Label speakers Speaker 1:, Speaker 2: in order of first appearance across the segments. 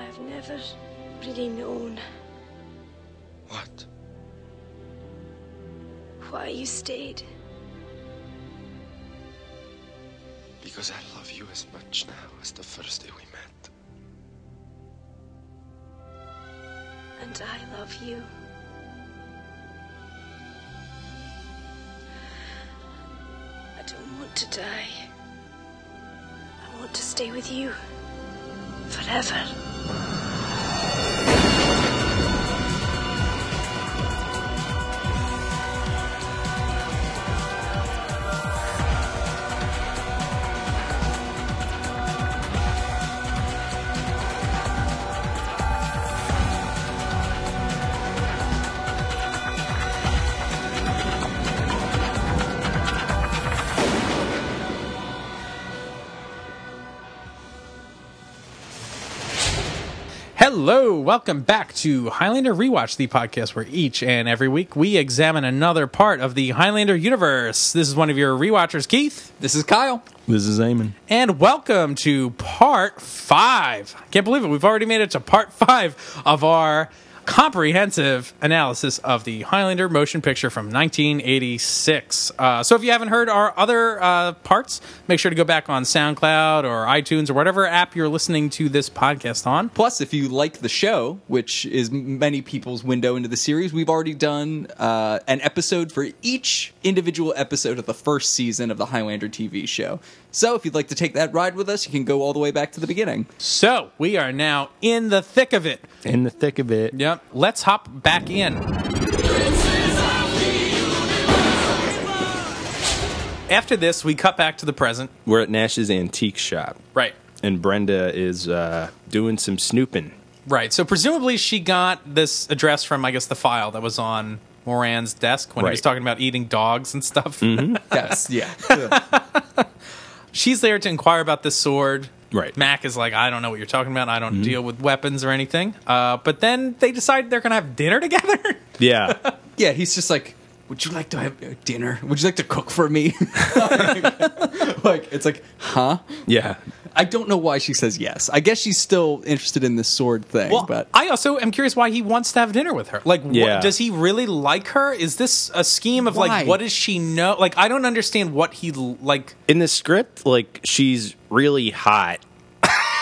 Speaker 1: I've never really known
Speaker 2: What?
Speaker 1: why you stayed.
Speaker 2: Because I love you as much now as the first day we met.
Speaker 1: And I love you. I don't want to die. I want to stay with you. Forever.
Speaker 3: Hello, welcome back to Highlander Rewatch, the podcast where each and every week we examine another part of the Highlander universe. This is one of your rewatchers, Keith,
Speaker 4: This is Kyle.
Speaker 5: This is Eamon.
Speaker 3: and welcome to part five. I can't believe it. We've already made it to part five of our comprehensive analysis of the Highlander motion picture from 1986. Uh, so if you haven't heard our other uh, parts, make sure to go back on SoundCloud or iTunes or whatever app you're listening to this podcast on.
Speaker 4: Plus, if you like the show, which is many people's window into the series, we've already done uh, an episode for each individual episode of the first season of the Highlander TV show. So if you'd like to take that ride with us, you can go all the way back to the beginning.
Speaker 3: So we are now in the thick of it.
Speaker 5: In the thick of it.
Speaker 3: Yep. Let's hop back in. After this, we cut back to the present.
Speaker 5: We're at Nash's antique shop.
Speaker 3: Right.
Speaker 5: And Brenda is uh, doing some snooping.
Speaker 3: Right. So presumably she got this address from, I guess, the file that was on Moran's desk when he was
Speaker 5: Right.
Speaker 3: talking about eating dogs and stuff.
Speaker 4: Yes, yeah.
Speaker 3: She's there to inquire about this sword.
Speaker 5: Right.
Speaker 3: Mac is like, I don't know what you're talking about. I don't deal with weapons or anything. Uh, but then they decide they're going to have dinner together.
Speaker 5: Yeah.
Speaker 4: yeah, he's just like, would you like to have uh, dinner? Would you like to cook for me? like, it's like, huh?
Speaker 5: yeah.
Speaker 4: I don't know why she says yes. I guess she's still interested in this sword thing,
Speaker 3: Well,
Speaker 4: but
Speaker 3: I also am curious why he wants to have dinner with her. Like,
Speaker 5: Yeah.
Speaker 3: what, does he really like her? Is this a scheme of
Speaker 4: Why?
Speaker 3: like, what does she know? Like, I don't understand what he l- like.
Speaker 5: In the script, like, she's really hot.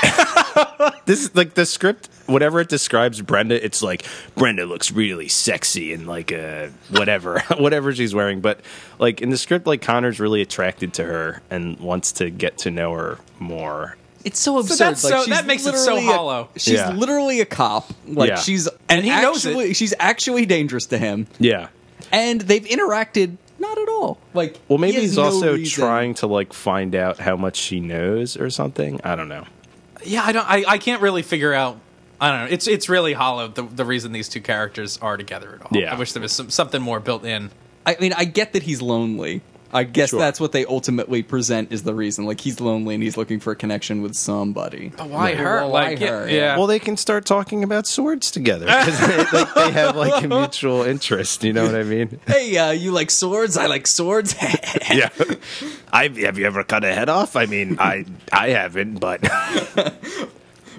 Speaker 5: this is like the script, whatever it describes Brenda, it's like Brenda looks really sexy and like uh, whatever, whatever she's wearing. But like in the script, like Connor's really attracted to her and wants to get to know her more.
Speaker 4: It's so absurd.
Speaker 3: that's
Speaker 4: like,
Speaker 3: so-
Speaker 4: she's
Speaker 3: that makes it so
Speaker 4: literally a-
Speaker 3: hollow.
Speaker 4: she's
Speaker 5: Yeah.
Speaker 4: literally a cop. Like
Speaker 5: Yeah.
Speaker 4: she's and
Speaker 3: he knows it.
Speaker 4: actually, She's actually dangerous to him,
Speaker 5: Yeah.
Speaker 4: and they've interacted not at all. Like
Speaker 5: Well, maybe
Speaker 4: he has
Speaker 5: he's
Speaker 4: no
Speaker 5: also
Speaker 4: reason.
Speaker 5: trying to like find out how much she knows or something. I don't know.
Speaker 3: Yeah, I don't. I, I can't really figure out. I don't know. It's it's really hollow. The, the reason these two characters are together at all.
Speaker 5: Yeah.
Speaker 3: I wish there was some, something more built in.
Speaker 4: I mean, I get that he's lonely. I guess
Speaker 5: Sure.
Speaker 4: that's what they ultimately present is the reason. Like he's lonely and he's looking for a connection with somebody. But
Speaker 3: why her? Like, yeah, yeah.
Speaker 5: Well, they can start talking about swords together because they, like, they have like a mutual interest. You know what I mean?
Speaker 4: Hey, uh, you like swords? I like swords.
Speaker 5: yeah. I have you ever cut a head off? I mean, I I haven't, but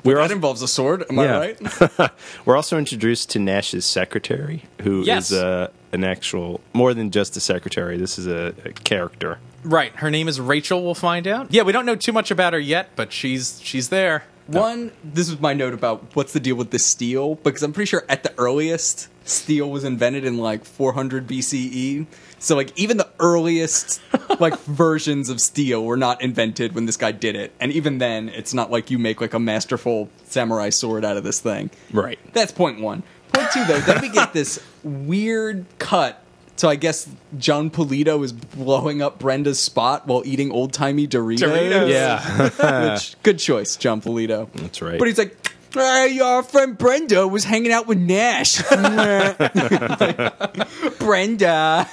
Speaker 5: we're
Speaker 4: that
Speaker 5: also,
Speaker 4: involves a sword. Am
Speaker 5: Yeah.
Speaker 4: I right?
Speaker 5: we're also introduced to Nash's secretary, who is
Speaker 3: Yes.
Speaker 5: uh, an actual more than just a secretary. This is a, a character.
Speaker 3: right. Her name is Rachel. We'll find out. Yeah, we don't know too much about her yet, but she's she's there.
Speaker 4: One, this was my note about what's the deal with this steel because I'm pretty sure at the earliest steel was invented in like 400 BCE. E. So like even the earliest like versions of steel were not invented when this guy did it, and even then it's not like you make like a masterful samurai sword out of this thing.
Speaker 5: Right.
Speaker 4: That's point one. Point two though, then we get this weird cut. So I guess John Polito is blowing up Brenda's spot while eating old timey Doritos.
Speaker 3: Doritos.
Speaker 5: Yeah.
Speaker 4: Which, good choice, John Polito.
Speaker 5: That's right.
Speaker 4: But he's like, hey, our friend Brenda was hanging out with Nash. Brenda.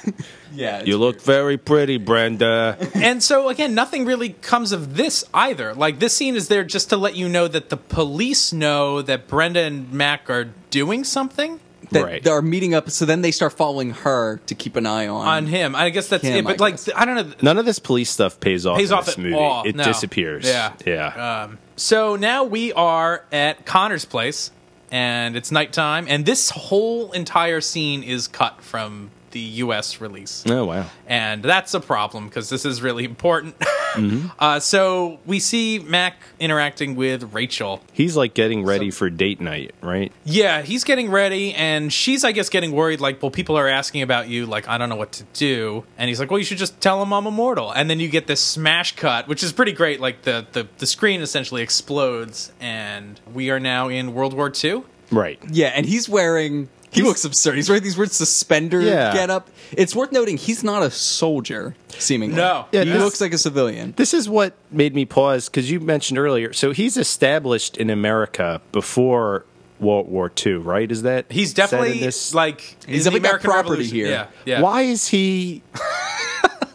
Speaker 4: Yeah. it's
Speaker 5: you look very pretty, Brenda.
Speaker 3: and so again, nothing really comes of this either. Like this scene is there just to let you know that the police know that Brenda and Mac are doing something.
Speaker 4: that
Speaker 5: Right.
Speaker 4: are meeting up. So then they start following her to keep an eye on.
Speaker 3: on him. I guess that's
Speaker 4: Him,
Speaker 3: it. But
Speaker 4: I
Speaker 3: like,
Speaker 4: guess.
Speaker 3: th- I don't know.
Speaker 5: None of this police stuff pays off
Speaker 3: Pays
Speaker 5: in
Speaker 3: off
Speaker 5: this
Speaker 3: at
Speaker 5: movie.
Speaker 3: all,
Speaker 5: It
Speaker 3: no.
Speaker 5: disappears.
Speaker 3: Yeah. Uh,
Speaker 5: Yeah.
Speaker 3: So now we are at Connor's place, and it's nighttime, and this whole entire scene is cut from the U.S. release.
Speaker 5: oh wow.
Speaker 3: and that's a problem because this is really important.
Speaker 4: Mm-hmm.
Speaker 3: uh, so we see Mac interacting with Rachel.
Speaker 5: He's like getting ready for date night, right?
Speaker 3: Yeah, he's getting ready, and she's, I guess, getting worried. Like, well, people are asking about you. Like, I don't know what to do. And he's like, well, you should just tell them I'm immortal. And then you get this smash cut, which is pretty great. Like, the the, the screen essentially explodes, and we are now in World War II.
Speaker 5: Right.
Speaker 4: Yeah, and he's wearing. He looks absurd. He's wearing these weird suspender
Speaker 5: Yeah.
Speaker 4: get up. It's worth noting he's not a soldier, seemingly.
Speaker 3: No.
Speaker 5: Yeah,
Speaker 4: he
Speaker 5: this-
Speaker 4: looks like a civilian.
Speaker 5: This is what made me pause because you mentioned earlier. So he's established in America before World War II, right? Is that
Speaker 3: He's
Speaker 5: said in
Speaker 3: definitely
Speaker 5: this?
Speaker 3: like
Speaker 4: He's
Speaker 3: in the
Speaker 4: definitely got
Speaker 3: American
Speaker 4: property
Speaker 3: Revolution.
Speaker 4: here.
Speaker 3: Yeah, yeah.
Speaker 5: Why is he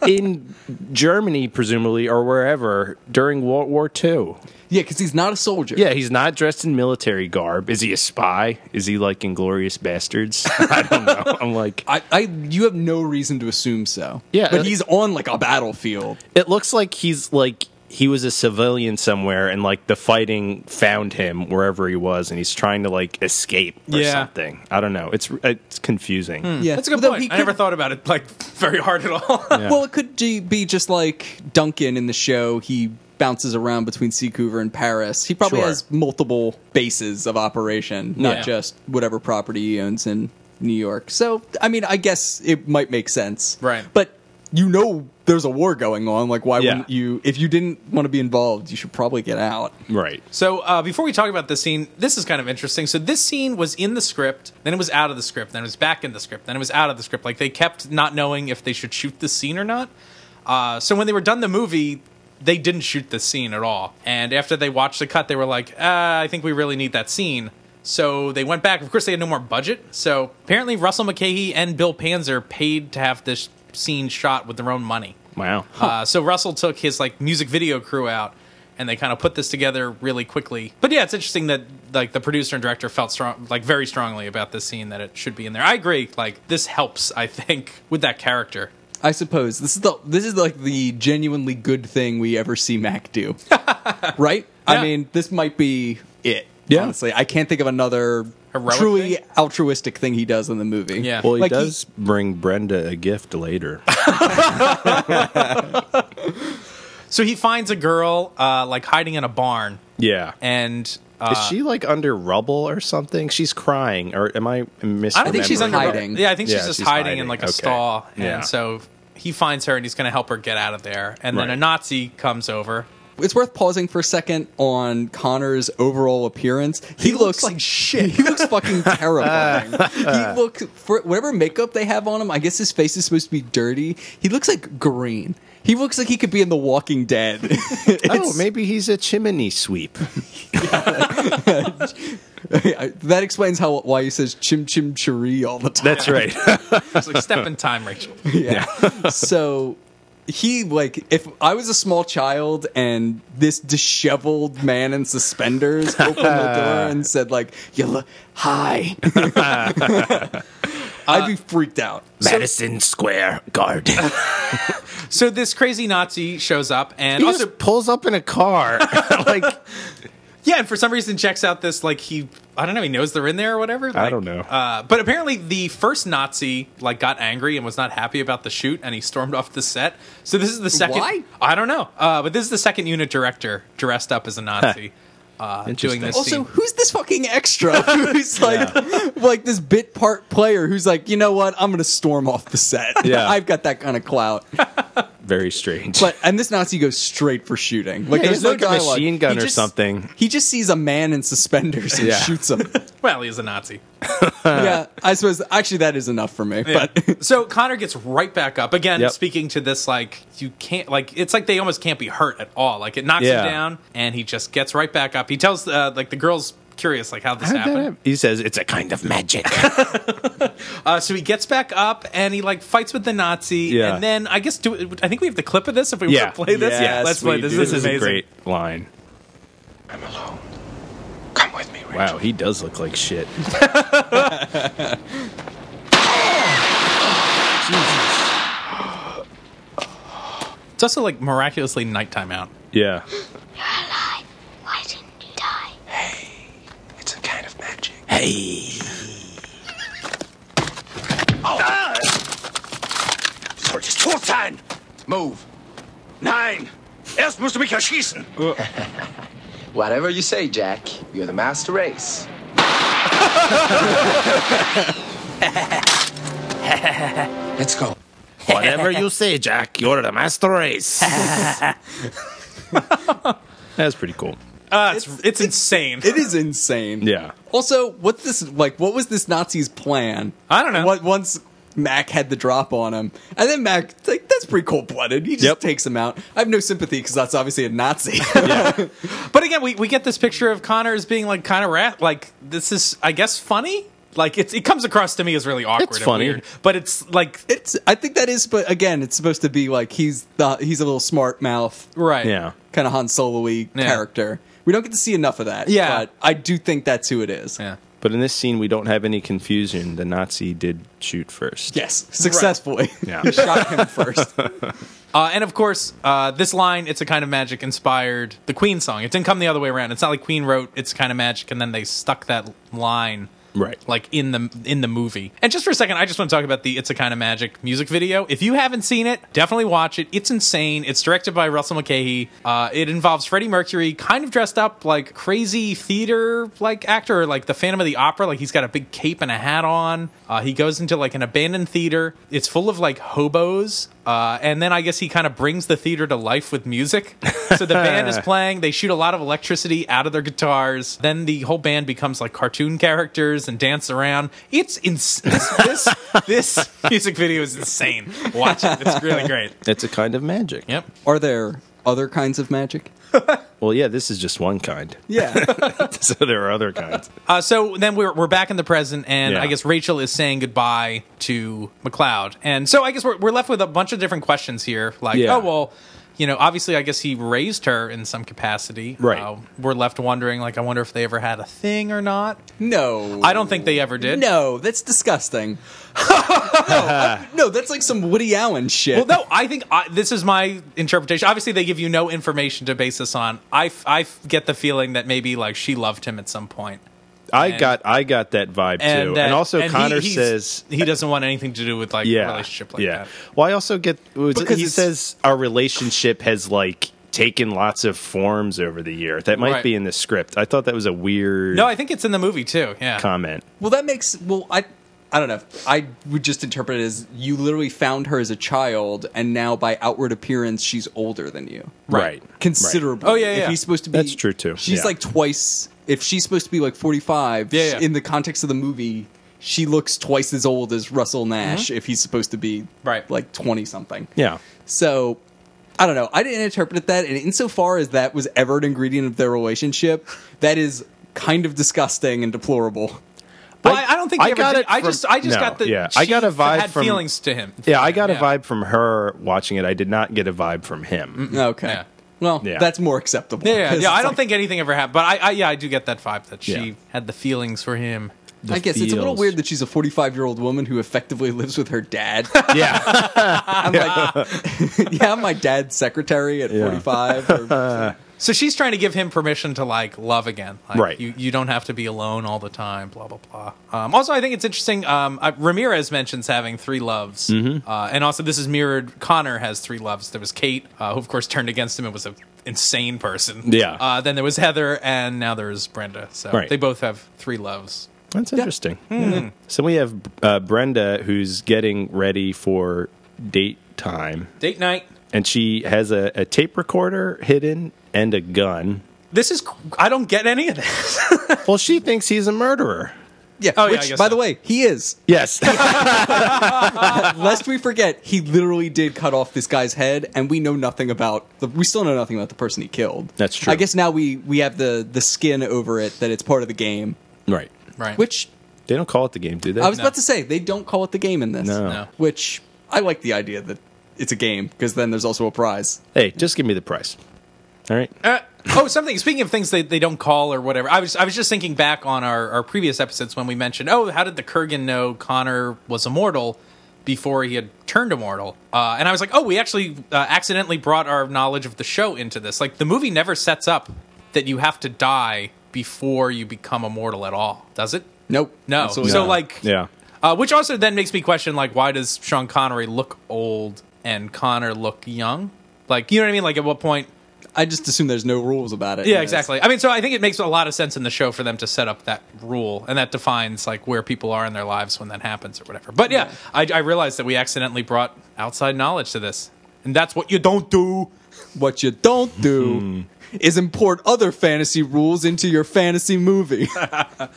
Speaker 5: in Germany, presumably, or wherever during World War II?
Speaker 4: Yeah, because he's not a soldier.
Speaker 5: Yeah, he's not dressed in military garb. Is he a spy? Is he like Inglorious Bastards? I don't know. I'm like,
Speaker 4: I, I, you have no reason to assume so.
Speaker 5: Yeah,
Speaker 4: but
Speaker 5: uh,
Speaker 4: he's on like a battlefield.
Speaker 5: it looks like he's like he was a civilian somewhere, and like the fighting found him wherever he was, and he's trying to like escape or
Speaker 3: Yeah. Hmm.
Speaker 5: something. I don't know. It's it's confusing.
Speaker 4: Yeah,
Speaker 3: That's a good
Speaker 4: Although
Speaker 3: point.
Speaker 4: he
Speaker 3: I never
Speaker 4: could-
Speaker 3: thought about it like very hard at all.
Speaker 4: Well, it could be be just like Duncan in the show. He bounces around between Seacouver and Paris. He probably
Speaker 5: Sure.
Speaker 4: has multiple bases of operation, not
Speaker 3: Yeah.
Speaker 4: just whatever property he owns in New York. So, I mean, I guess it might make sense.
Speaker 3: Right.
Speaker 4: But you know there's a war going on. Like, why
Speaker 5: Yeah.
Speaker 4: wouldn't you? If you didn't want to be involved, you should probably get out.
Speaker 5: Right.
Speaker 3: So uh, before we talk about this scene, this is kind of interesting. So this scene was in the script, then it was out of the script, then it was back in the script, then it was out of the script. Like they kept not knowing if they should shoot this scene or not. Uh, so when they were done the movie, they didn't shoot this scene at all. And after they watched the cut, they were like, uh, "I think we really need that scene." So they went back. Of course, they had no more budget. So apparently, Russell McKay and Bill Panzer paid to have this scene shot with their own money.
Speaker 5: Wow.
Speaker 3: Uh, so Russell took his like music video crew out, and they kind of put this together really quickly. But yeah, it's interesting that like the producer and director felt strong, like very strongly about this scene that it should be in there. I agree. Like this helps, I think, with that character.
Speaker 4: I suppose this is the this is like the genuinely good thing we ever see Mac do, right?
Speaker 3: Yeah.
Speaker 4: I mean, this might be it.
Speaker 5: Yeah.
Speaker 4: Honestly, I can't think of another
Speaker 3: Heroic
Speaker 4: truly
Speaker 3: thing?
Speaker 4: altruistic thing he does in the movie.
Speaker 3: Yeah.
Speaker 5: Well, he
Speaker 4: Like, he-
Speaker 5: does bring Brenda a gift later.
Speaker 3: So he finds a girl uh, like hiding in a barn,
Speaker 5: yeah.
Speaker 3: and uh,
Speaker 5: Is she like under rubble or something? She's crying, or am I misremembering?
Speaker 3: I don't think she's under
Speaker 4: hiding.
Speaker 3: Yeah, I think she's
Speaker 5: Yeah,
Speaker 3: just
Speaker 5: she's
Speaker 3: hiding, in
Speaker 5: hiding.
Speaker 3: like a
Speaker 5: Okay.
Speaker 3: stall,
Speaker 5: Yeah.
Speaker 3: and so he finds her and he's going to help her get out of there. And then
Speaker 5: Right.
Speaker 3: a Nazi comes over.
Speaker 4: It's worth pausing for a second on Connor's overall appearance. He,
Speaker 3: looks like shit.
Speaker 4: He looks fucking terrifying. he looks for whatever makeup they have on him. I guess his face is supposed to be dirty. He looks like green. He looks like he could be in The Walking Dead.
Speaker 5: Oh, maybe he's a chimney sweep.
Speaker 4: that explains how why he says chim chim chiri all the time.
Speaker 5: That's right.
Speaker 3: It's like step in time, Rachel.
Speaker 4: Yeah. so he like if I was a small child and this disheveled man in suspenders opened the door and said like you look hi, I'd be freaked out.
Speaker 5: Madison Square Garden.
Speaker 3: So this crazy Nazi shows up and
Speaker 5: he
Speaker 3: also
Speaker 5: just pulls up in a car. like
Speaker 3: Yeah, and for some reason checks out this like he I don't know he knows they're in there or whatever. Like,
Speaker 5: don't know.
Speaker 3: Uh, but apparently the first Nazi like got angry and was not happy about the shoot and he stormed off the set. So this is the second.
Speaker 4: Why?
Speaker 3: I don't know. Uh, but this is the second unit director dressed up as a Nazi uh, doing
Speaker 5: Interesting.
Speaker 3: this.
Speaker 4: Also,
Speaker 3: scene.
Speaker 4: who's this fucking extra who's like like this bit part player who's like, you know what, I'm gonna storm off the set.
Speaker 5: Yeah.
Speaker 4: I've got that kind of clout.
Speaker 5: very strange.
Speaker 4: But and this Nazi goes straight for shooting. Like
Speaker 5: Yeah,
Speaker 4: there's
Speaker 5: he's
Speaker 4: no
Speaker 5: like a
Speaker 4: dialogue.
Speaker 5: machine gun
Speaker 4: He
Speaker 5: or
Speaker 4: just-
Speaker 5: something.
Speaker 4: He just sees a man in suspenders and
Speaker 5: Yeah.
Speaker 4: shoots him.
Speaker 3: well, he is a Nazi.
Speaker 4: yeah, I suppose actually that is enough for me. But
Speaker 3: so Connor gets right back up again,
Speaker 5: Yep.
Speaker 3: speaking to this like you can't like it's like they almost can't be hurt at all. Like it knocks
Speaker 5: Yeah.
Speaker 3: him down and he just gets right back up. He tells uh, like the girls curious like how this happened.
Speaker 5: he says it's a kind of magic.
Speaker 3: Uh, so he gets back up and he like fights with the Nazi,
Speaker 5: Yeah.
Speaker 3: and then I guess do I think we have the clip of this if we
Speaker 5: Yeah.
Speaker 3: want to play this?
Speaker 4: Yes,
Speaker 3: let's play
Speaker 4: we
Speaker 3: this.
Speaker 4: do.
Speaker 3: This,
Speaker 5: this is
Speaker 3: amazing.
Speaker 5: a great line.
Speaker 2: I'm alone. Come with me,
Speaker 3: Richard.
Speaker 5: Wow, he does look like shit.
Speaker 3: It's also like miraculously nighttime out.
Speaker 5: Yeah.
Speaker 6: Why didn't you die?
Speaker 2: It's a kind of magic.
Speaker 5: Hey.
Speaker 7: Solches Ah! tot sein!
Speaker 2: Move.
Speaker 7: Nein! Erst musst du mich erschießen!
Speaker 2: Whatever you say, Jack. You're the master race. Let's go.
Speaker 5: Whatever you say, Jack, you're the master race. That's pretty cool.
Speaker 3: Uh, it's, it's, insane.
Speaker 4: It is insane.
Speaker 5: Yeah.
Speaker 4: Also, what's this like? What was this Nazi's plan?
Speaker 3: I don't know.
Speaker 4: What once Mac had the drop on him, and then Mac like that's pretty cold blooded. He just
Speaker 5: Yep.
Speaker 4: takes him out. I have no sympathy because that's obviously a Nazi.
Speaker 3: but again, we, we get this picture of Connor as being like kind of rat. Like this is, I guess, funny. Like it's, it comes across to me as really awkward.
Speaker 5: It's
Speaker 3: and
Speaker 5: funny.
Speaker 3: weird, but it's like
Speaker 4: it's I think that is, but again, it's supposed to be like he's the he's a little smart mouth,
Speaker 3: right.
Speaker 5: Yeah.
Speaker 4: kind of Han Solo-y
Speaker 3: Yeah.
Speaker 4: character. We don't get to see enough of that.
Speaker 3: Yeah.
Speaker 4: but I do think that's who it is.
Speaker 3: Yeah.
Speaker 5: But in this scene, we don't have any confusion. The Nazi did shoot first.
Speaker 4: Yes, successfully.
Speaker 5: Yeah.
Speaker 4: He shot him first.
Speaker 3: Uh, and of course, uh, this line, it's a kind of magic inspired the Queen song. It didn't come the other way around. It's not like Queen wrote it's kind of magic and then they stuck that line
Speaker 5: Right.
Speaker 3: like in the in the movie. And just for a second, I just want to talk about the it's a kind of magic music video. If you haven't seen it, definitely watch it. It's insane. It's directed by Russell McKay. Uh, it involves Freddie Mercury kind of dressed up like crazy theater like actor, or like the Phantom of the Opera, like he's got a big cape and a hat on. Uh, he goes into like an abandoned theater. It's full of like hobos. Uh, and then I guess he kind of brings the theater to life with music. So the band is playing. They shoot a lot of electricity out of their guitars. Then the whole band becomes like cartoon characters and dance around. It's ins- this, this this music video is insane. Watch it. It's really great.
Speaker 5: It's a kind of magic.
Speaker 3: Yep.
Speaker 4: Are there other kinds of magic?
Speaker 5: Well, yeah, this is just one kind.
Speaker 4: Yeah.
Speaker 5: so there are other kinds.
Speaker 3: Uh, so then we're, we're back in the present, and
Speaker 5: Yeah.
Speaker 3: I guess Rachel is saying goodbye to McLeod. And so I guess we're, we're left with a bunch of different questions here. Like,
Speaker 5: Yeah.
Speaker 3: oh, well, you know, obviously, I guess he raised her in some capacity. Uh,
Speaker 5: Right.
Speaker 3: we're left wondering, like, I wonder if they ever had a thing or not.
Speaker 4: No.
Speaker 3: I don't think they ever did.
Speaker 4: No, that's disgusting. no, I- no, that's like some Woody Allen shit.
Speaker 3: Well, no, I think I, this is my interpretation. Obviously, they give you no information to base this on. I, f- I f- get the feeling that maybe, like, she loved him at some point.
Speaker 5: I
Speaker 3: And-
Speaker 5: got I got that vibe too.
Speaker 3: that-
Speaker 5: and also
Speaker 3: and he-
Speaker 5: Connor
Speaker 3: he's-
Speaker 5: says
Speaker 3: he doesn't want anything to do with, like,
Speaker 5: yeah,
Speaker 3: a relationship like
Speaker 5: yeah.
Speaker 3: that.
Speaker 5: Well, I also get was,
Speaker 4: Because
Speaker 5: he
Speaker 4: it's-
Speaker 5: says our relationship has like taken lots of forms over the year. That might
Speaker 3: Right.
Speaker 5: be in the script. I thought that was a weird
Speaker 3: No, I think it's in the movie too. Yeah.
Speaker 5: comment.
Speaker 4: Well, that makes well, I I don't know. I would just interpret it as you literally found her as a child, and now by outward appearance, she's older than you,
Speaker 5: Right.
Speaker 4: Considerably.
Speaker 3: Right. Oh, yeah,
Speaker 4: If
Speaker 3: yeah.
Speaker 4: he's supposed to be,
Speaker 5: That's true, too.
Speaker 4: She's
Speaker 5: Yeah.
Speaker 4: like twice. If she's supposed to be like forty five,
Speaker 3: Yeah, yeah.
Speaker 4: in the context of the movie. She looks twice as old as Russell Nash if he's supposed to be
Speaker 3: Mm-hmm. Right.
Speaker 4: like twenty something.
Speaker 5: Yeah.
Speaker 4: So I don't know. I didn't interpret it that, and insofar as that was ever an ingredient of their relationship, that is kind of disgusting and deplorable.
Speaker 3: Well, I, I don't think
Speaker 5: I
Speaker 3: they ever
Speaker 5: got
Speaker 3: did.
Speaker 5: it
Speaker 3: I
Speaker 5: from-
Speaker 3: just, I just
Speaker 5: no,
Speaker 3: got the.
Speaker 5: yeah. I
Speaker 3: she
Speaker 5: got a vibe
Speaker 3: had
Speaker 5: from-
Speaker 3: feelings to him.
Speaker 5: Yeah, I got a vibe from her watching it. I did not get a vibe from him.
Speaker 4: Okay.
Speaker 3: Yeah.
Speaker 4: Well,
Speaker 5: Yeah.
Speaker 4: that's more acceptable.
Speaker 3: Yeah, yeah.
Speaker 4: 'Cause
Speaker 3: yeah I
Speaker 4: it's
Speaker 3: don't
Speaker 4: like-
Speaker 3: think anything ever happened, but I, I, yeah, I do get that vibe that she
Speaker 5: Yeah.
Speaker 3: had the feelings for him.
Speaker 4: I guess it's a little
Speaker 5: feels.
Speaker 4: weird that she's a 45 year old woman who effectively lives with her dad.
Speaker 5: Yeah.
Speaker 4: I'm like, yeah, I'm my dad's secretary at 45. Or,
Speaker 3: So she's trying to give him permission to like love again. Like,
Speaker 5: Right.
Speaker 3: You you don't have to be alone all the time. Blah blah blah. Um, also, I think it's interesting. Um, uh, Ramirez mentions having three loves,
Speaker 5: Mm-hmm.
Speaker 3: uh, and also this is mirrored. Connor has three loves. There was Kate, uh, who of course turned against him and was an insane person.
Speaker 5: Yeah.
Speaker 3: Uh, then there was Heather, and now there's Brenda. So
Speaker 5: Right.
Speaker 3: they both have three loves.
Speaker 5: That's interesting.
Speaker 4: Hmm.
Speaker 5: Yeah. So we have uh, Brenda who's getting ready for date time.
Speaker 3: Date night.
Speaker 5: and she has a, a tape recorder hidden and a gun.
Speaker 3: This is I don't get any of this.
Speaker 5: Well, she thinks he's a murderer.
Speaker 4: yeah.
Speaker 3: Oh, yeah, I
Speaker 4: Which,
Speaker 3: guess
Speaker 4: by
Speaker 3: so.
Speaker 4: the way, he is.
Speaker 5: Yes.
Speaker 4: Lest we forget, he literally did cut off this guy's head, and we know nothing about. The, we still know nothing about the person he killed.
Speaker 5: That's true.
Speaker 4: I guess now we we have the the skin over it that it's part of the game.
Speaker 5: right.
Speaker 3: Right.
Speaker 4: Which
Speaker 5: They don't call it the game, do they?
Speaker 4: I was
Speaker 3: No.
Speaker 4: about to say they don't call it the game in this.
Speaker 5: No.
Speaker 3: No.
Speaker 4: Which I like the idea that it's a game because then there's also a prize.
Speaker 5: hey, just give me the price. All right.
Speaker 3: Uh, oh, something. Speaking of things they, they don't call or whatever, I was I was just thinking back on our, our previous episodes when we mentioned, oh, how did the Kurgan know Connor was immortal before he had turned immortal? Uh, and I was like, oh, we actually uh, accidentally brought our knowledge of the show into this. Like the movie never sets up that you have to die before you become immortal at all, does it?
Speaker 4: Nope.
Speaker 3: No.
Speaker 4: Absolutely
Speaker 3: So
Speaker 4: not.
Speaker 3: like,
Speaker 5: Yeah.
Speaker 3: uh, which also then makes me question like, why does Sean Connery look old and Connor look young? Like, you know what I mean? Like, at what point?
Speaker 4: I just assume there's no rules about it.
Speaker 3: Yeah,
Speaker 4: Yes.
Speaker 3: exactly. I mean, so I think it makes a lot of sense in the show for them to set up that rule, and that defines like where people are in their lives when that happens or whatever. But yeah, I, I realized that we accidentally brought outside knowledge to this, and that's what you don't do.
Speaker 4: What you don't do
Speaker 3: Hmm.
Speaker 4: is import other fantasy rules into your fantasy movie.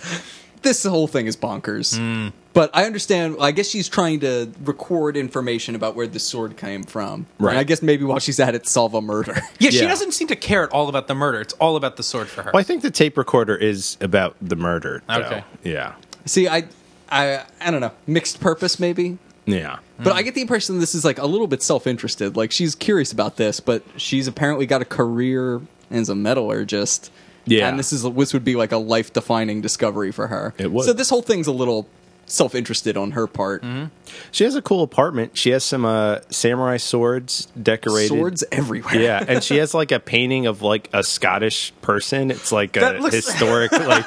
Speaker 4: this whole thing is bonkers.
Speaker 3: Hmm.
Speaker 4: But I understand. I guess she's trying to record information about where the sword came from.
Speaker 5: Right.
Speaker 4: And I guess maybe while she's at it, solve a murder.
Speaker 3: Yeah, she
Speaker 5: Yeah.
Speaker 3: doesn't seem to care at all about the murder. It's all about the sword for her.
Speaker 5: Well, I think the tape recorder is about the murder. though.
Speaker 3: Okay.
Speaker 5: Yeah.
Speaker 4: See, I, I, I don't know. Mixed purpose, maybe.
Speaker 5: Yeah.
Speaker 4: But I get the impression this is like a little bit self interested. Like she's curious about this, but she's apparently got a career as a metallurgist.
Speaker 5: Yeah.
Speaker 4: And this is this would be like a life defining discovery for her.
Speaker 5: It would.
Speaker 4: So this whole thing's a little self interested on her part.
Speaker 5: Mm-hmm. She has a cool apartment. She has some uh, samurai swords decorated.
Speaker 4: Swords everywhere.
Speaker 5: Yeah, and she has like a painting of like a Scottish person. It's like a
Speaker 3: That looks-
Speaker 5: historic like.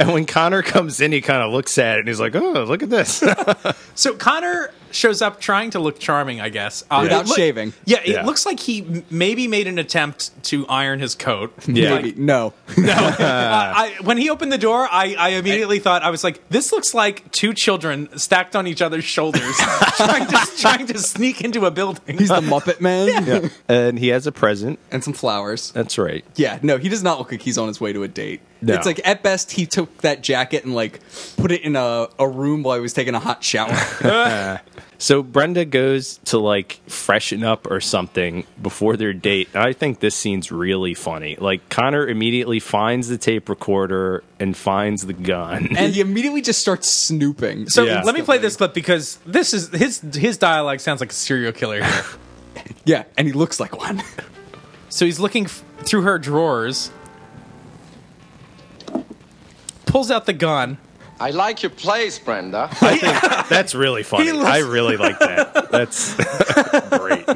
Speaker 5: And when Connor comes in, he kind of looks at it and he's like, "Oh, look at this."
Speaker 3: So Connor shows up trying to look charming, I guess, uh,
Speaker 4: Without
Speaker 3: it look-
Speaker 4: shaving.
Speaker 3: Yeah, it
Speaker 5: Yeah.
Speaker 3: looks like he m- maybe made an attempt to iron his coat.
Speaker 5: Yeah.
Speaker 4: Maybe. No.
Speaker 3: Uh, I, when he opened the door, I, I immediately thought I was like, "This looks like two children stacked on each other's shoulders, trying, to, trying to sneak into a building."
Speaker 4: He's the Muppet Man.
Speaker 5: and he has a present.
Speaker 4: And some flowers.
Speaker 5: That's right.
Speaker 4: Yeah, no, he does not look like he's on his way to a date.
Speaker 5: No.
Speaker 4: It's like at best he took that jacket and like put it in a, a room while he was taking a hot shower.
Speaker 5: So Brenda goes to like freshen up or something before their date. And I think this scene's really funny. Like Connor immediately finds the tape recorder and finds the gun.
Speaker 4: and he immediately just starts snooping.
Speaker 3: so
Speaker 5: Yeah.
Speaker 3: let me play this clip because this is his his dialogue sounds like a serial killer here.
Speaker 4: Yeah, and he looks like one.
Speaker 3: So he's looking f- through her drawers, pulls out the gun.
Speaker 2: I like your place, Brenda.
Speaker 5: That's really funny.
Speaker 3: looks-
Speaker 5: I really like that. That's great.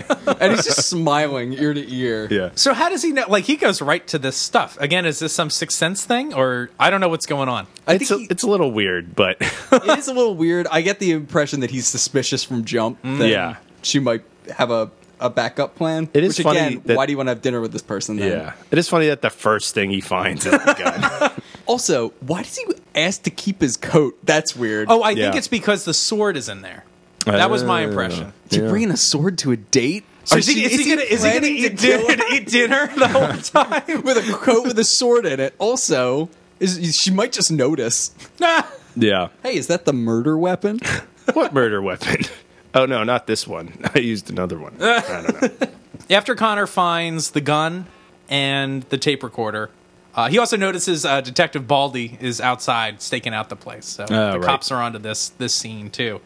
Speaker 4: and he's just smiling ear to ear.
Speaker 5: Yeah.
Speaker 3: So how does he know? Like he goes right to this stuff again. Is this some sixth sense thing, or I don't know what's going on?
Speaker 4: I
Speaker 5: It's a,
Speaker 4: think
Speaker 5: it's a little weird, but
Speaker 4: he, it is a little weird. I get the impression that he's suspicious from jump.
Speaker 3: Mm.
Speaker 4: That
Speaker 5: Yeah.
Speaker 4: she might have a, a backup plan.
Speaker 5: It is
Speaker 4: Which,
Speaker 5: funny
Speaker 4: again,
Speaker 5: that-
Speaker 4: why do you want to have dinner with this person? Then?
Speaker 5: yeah. It is funny that the first thing he finds is the gun.
Speaker 4: Also, why does he ask to keep his coat? That's weird.
Speaker 3: Oh, I think
Speaker 5: Yeah.
Speaker 3: it's because the sword is in there. That was my impression.
Speaker 4: is he bringing a sword to a date?
Speaker 3: So
Speaker 4: Are
Speaker 3: is, he,
Speaker 4: she-
Speaker 3: is, he gonna, is he gonna
Speaker 4: planning to
Speaker 3: eat
Speaker 4: kill
Speaker 3: dinner, eat dinner the whole time?
Speaker 4: with a coat with a sword in it? Also, is, she might just notice.
Speaker 3: Nah.
Speaker 5: Yeah.
Speaker 4: Hey, is that the murder weapon?
Speaker 5: What murder weapon? Oh no, not this one. I used another one. I don't know.
Speaker 3: After Connor finds the gun and the tape recorder, uh, he also notices uh, Detective Baldy is outside staking out the place. So the
Speaker 5: right.
Speaker 3: cops are onto this this scene too.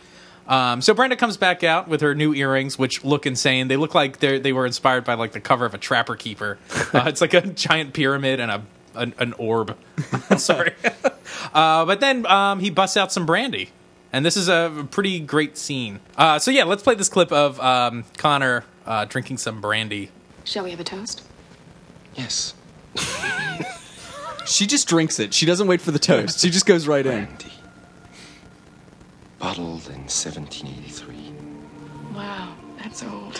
Speaker 3: Um, so Brenda comes back out with her new earrings, which look insane. They look like they they were inspired by like the cover of a Trapper Keeper. Uh, it's like a giant pyramid and a an, an orb. Sorry, uh, but then um, he busts out some brandy, and this is a pretty great scene. Uh, so yeah, let's play this clip of um, Connor uh, drinking some brandy.
Speaker 8: Shall we have a toast?
Speaker 2: Yes,
Speaker 4: She just drinks it. She doesn't wait for the toast. She just goes right in.
Speaker 2: Brandy. Bottled in 1783.
Speaker 8: Wow, that's old.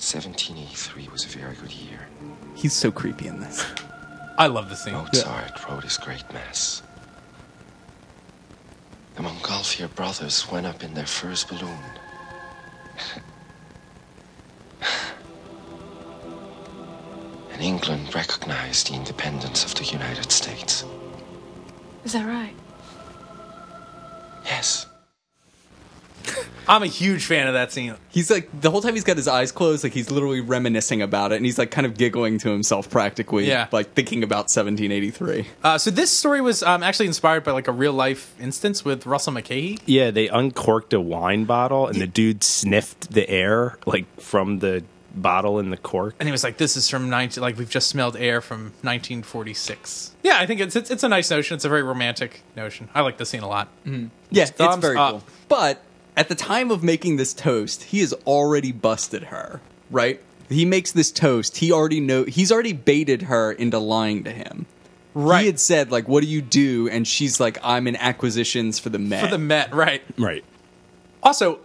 Speaker 2: 1783 was a very good year.
Speaker 4: He's so creepy in this.
Speaker 3: I love this
Speaker 2: Oh.
Speaker 3: scene.
Speaker 2: Mozart wrote his great mass. The Montgolfier brothers went up in their first balloon. and England recognized the independence of the United States.
Speaker 8: Is that right?
Speaker 2: Yes.
Speaker 3: I'm a huge fan of that scene.
Speaker 4: He's like the whole time he's got his eyes closed, like he's literally reminiscing about it, and he's like kind of giggling to himself practically,
Speaker 3: Yeah.
Speaker 4: like thinking about 1783.
Speaker 3: Uh, so this story was um, actually inspired by like a real life instance with Russell McKay.
Speaker 5: Yeah, they uncorked a wine bottle and the dude sniffed the air like from the bottle and the cork.
Speaker 3: and he was like, "This is from 19 like we've just smelled air from 1946." Yeah, I think it's it's, it's a nice notion. It's a very romantic notion. I like this scene a lot.
Speaker 4: Yeah, it's
Speaker 3: Thumbs
Speaker 4: very
Speaker 3: up.
Speaker 4: cool. But at the time of making this toast, he has already busted her, right? He makes this toast. He already know he's already baited her into lying to him.
Speaker 3: Right.
Speaker 4: He had said like, "What do you do?" and she's like, "I'm in acquisitions for the Met."
Speaker 3: For the Met, right?
Speaker 5: Right.
Speaker 3: Also,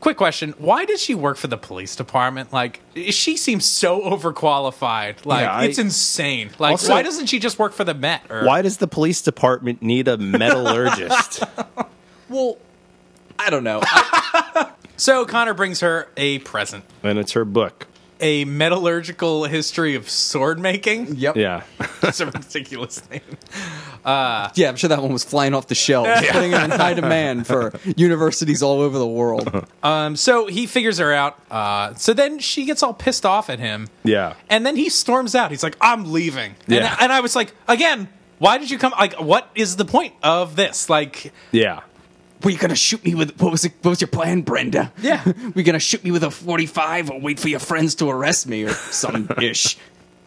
Speaker 3: quick question: Why did she work for the police department? Like, she seems so overqualified. Like,
Speaker 5: Yeah, I-
Speaker 3: it's insane. Like,
Speaker 5: Also-
Speaker 3: why doesn't she just work for the Met? Or
Speaker 5: Why does the police department need a metallurgist?
Speaker 4: well, I don't know. I-
Speaker 3: So Connor brings her a present:
Speaker 5: and it's her book.
Speaker 3: a metallurgical history of sword making.
Speaker 4: yep.
Speaker 5: Yeah.
Speaker 3: That's a ridiculous name.
Speaker 4: Yeah, I'm sure that one was flying off the shelves, putting him in high demand for universities all over the world.
Speaker 3: Um, so he figures her out. Uh, so then she gets all pissed off at him.
Speaker 5: Yeah.
Speaker 3: And then he storms out. He's like, "I'm leaving."
Speaker 5: Yeah.
Speaker 3: And, and I was like, "Again, why did you come? Like, what is the point of this? Like,
Speaker 5: Yeah.
Speaker 4: Were you gonna shoot me with what was it, what was your plan, Brenda?
Speaker 3: Yeah.
Speaker 4: Were you gonna shoot me with a forty-five or wait for your friends to arrest me or some ish?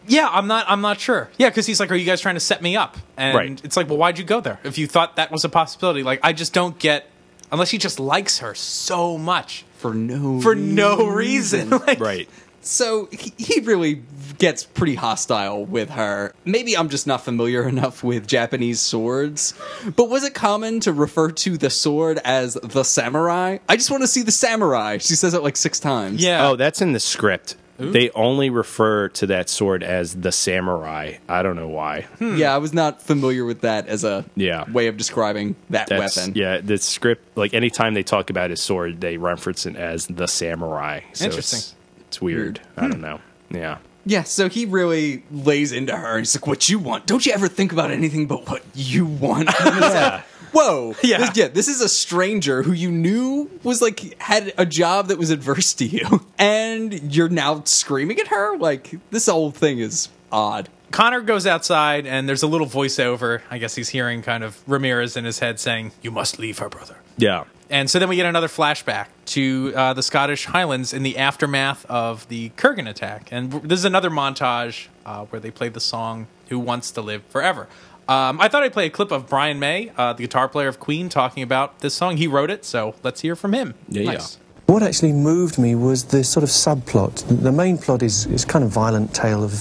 Speaker 3: yeah, I'm not. I'm not sure. Yeah, because he's like, "Are you guys trying to set me up?" And
Speaker 5: Right.
Speaker 3: it's like, "Well, why'd you go there if you thought that was a possibility?" Like, I just don't get. Unless he just likes her so much
Speaker 4: For no
Speaker 3: for no reason. Like,
Speaker 5: Mm-hmm. Right.
Speaker 4: So he, he really gets pretty hostile with her. Maybe I'm just not familiar enough with Japanese swords. But was it common to refer to the sword as the samurai? I just want to see the samurai. She says it like six times.
Speaker 3: Yeah.
Speaker 5: Oh, that's in the script. They only refer to that sword as the samurai. I don't know why.
Speaker 4: Yeah, I was not familiar with that as a
Speaker 5: Hmm. Yeah.
Speaker 4: way of describing that
Speaker 5: That's
Speaker 4: weapon.
Speaker 5: yeah. The script, like anytime they talk about his sword, they reference it as the samurai. So It's,
Speaker 3: Interesting.
Speaker 5: it's weird. I don't know. Yeah.
Speaker 4: Yeah, so he really lays into her. He's like, "What you want? Don't you ever think about anything but what you want?" And it's like, Whoa!
Speaker 3: Yeah.
Speaker 4: this, yeah. This is a stranger who you knew was like had a job that was adverse to you, and you're now screaming at her. Like this whole thing is odd.
Speaker 3: Connor goes outside, and there's a little voiceover. I guess he's hearing kind of Ramirez in his head saying, "You must leave her, brother."
Speaker 5: Yeah.
Speaker 3: And so then we get another flashback to uh, the Scottish Highlands in the aftermath of the Kurgan attack. And w- this is another montage uh, where they play the song Who Wants to Live Forever. Um, I thought I'd play a clip of Brian May, uh, the guitar player of Queen, talking about this song. He wrote it, so let's hear from him.
Speaker 5: Yeah,
Speaker 9: What actually moved me was the sort of subplot. The main plot is is kind of violent tale of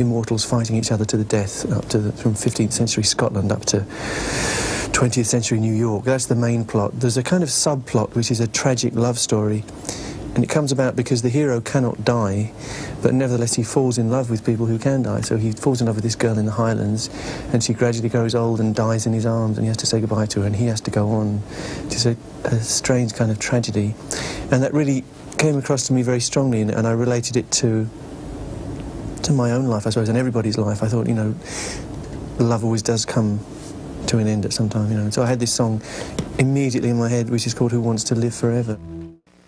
Speaker 9: immortals fighting each other to the death, up to the, from 15th century Scotland up to 20th century New York. That's the main plot. There's a kind of subplot which is a tragic love story, and it comes about because the hero cannot die, but nevertheless he falls in love with people who can die. So he falls in love with this girl in the Highlands, and she gradually grows old and dies in his arms, and he has to say goodbye to her, and he has to go on. It's a, a strange kind of tragedy, and that really came across to me very strongly, and, and I related it to to my own life, I suppose, and everybody's life. I thought, you know, love always does come to an end at some time, you know. And so I had this song immediately in my head, which is called "Who Wants to Live Forever."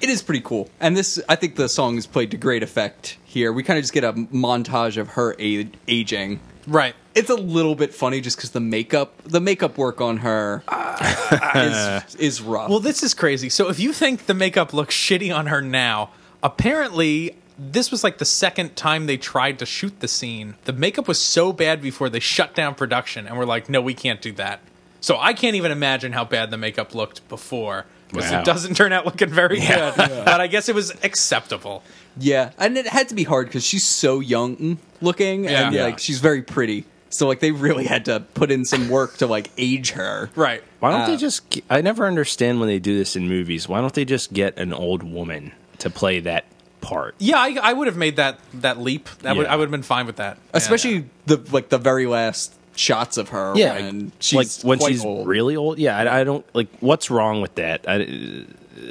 Speaker 4: It is pretty cool, and this I think the song is played to great effect here. We kind of just get a montage of her a- aging.
Speaker 3: Right.
Speaker 4: It's a little bit funny just because the makeup, the makeup work on her uh, is, is rough.
Speaker 3: Well, this is crazy. So if you think the makeup looks shitty on her now, apparently this was like the second time they tried to shoot the scene. The makeup was so bad before they shut down production and were like, "No, we can't do that." So I can't even imagine how bad the makeup looked before because
Speaker 5: Wow.
Speaker 3: it doesn't turn out looking very good. But I guess it was acceptable.
Speaker 4: Yeah, and it had to be hard because she's so young looking, and
Speaker 3: Yeah.
Speaker 4: like she's very pretty. So like they really had to put in some work to like age her.
Speaker 3: Right.
Speaker 5: Why don't
Speaker 4: Uh,
Speaker 5: they just? ge- I never understand when they do this in movies. Why don't they just get an old woman to play that part?
Speaker 3: Yeah, I, I would have made that that leap. That would,
Speaker 5: Yeah.
Speaker 3: I would have been fine with that.
Speaker 4: Especially
Speaker 3: Yeah.
Speaker 4: the like the very last shots of her.
Speaker 5: Yeah,
Speaker 4: and she's
Speaker 5: like when
Speaker 4: quite
Speaker 5: she's
Speaker 4: old.
Speaker 5: really old. Yeah, I, I don't like. What's wrong with that? I,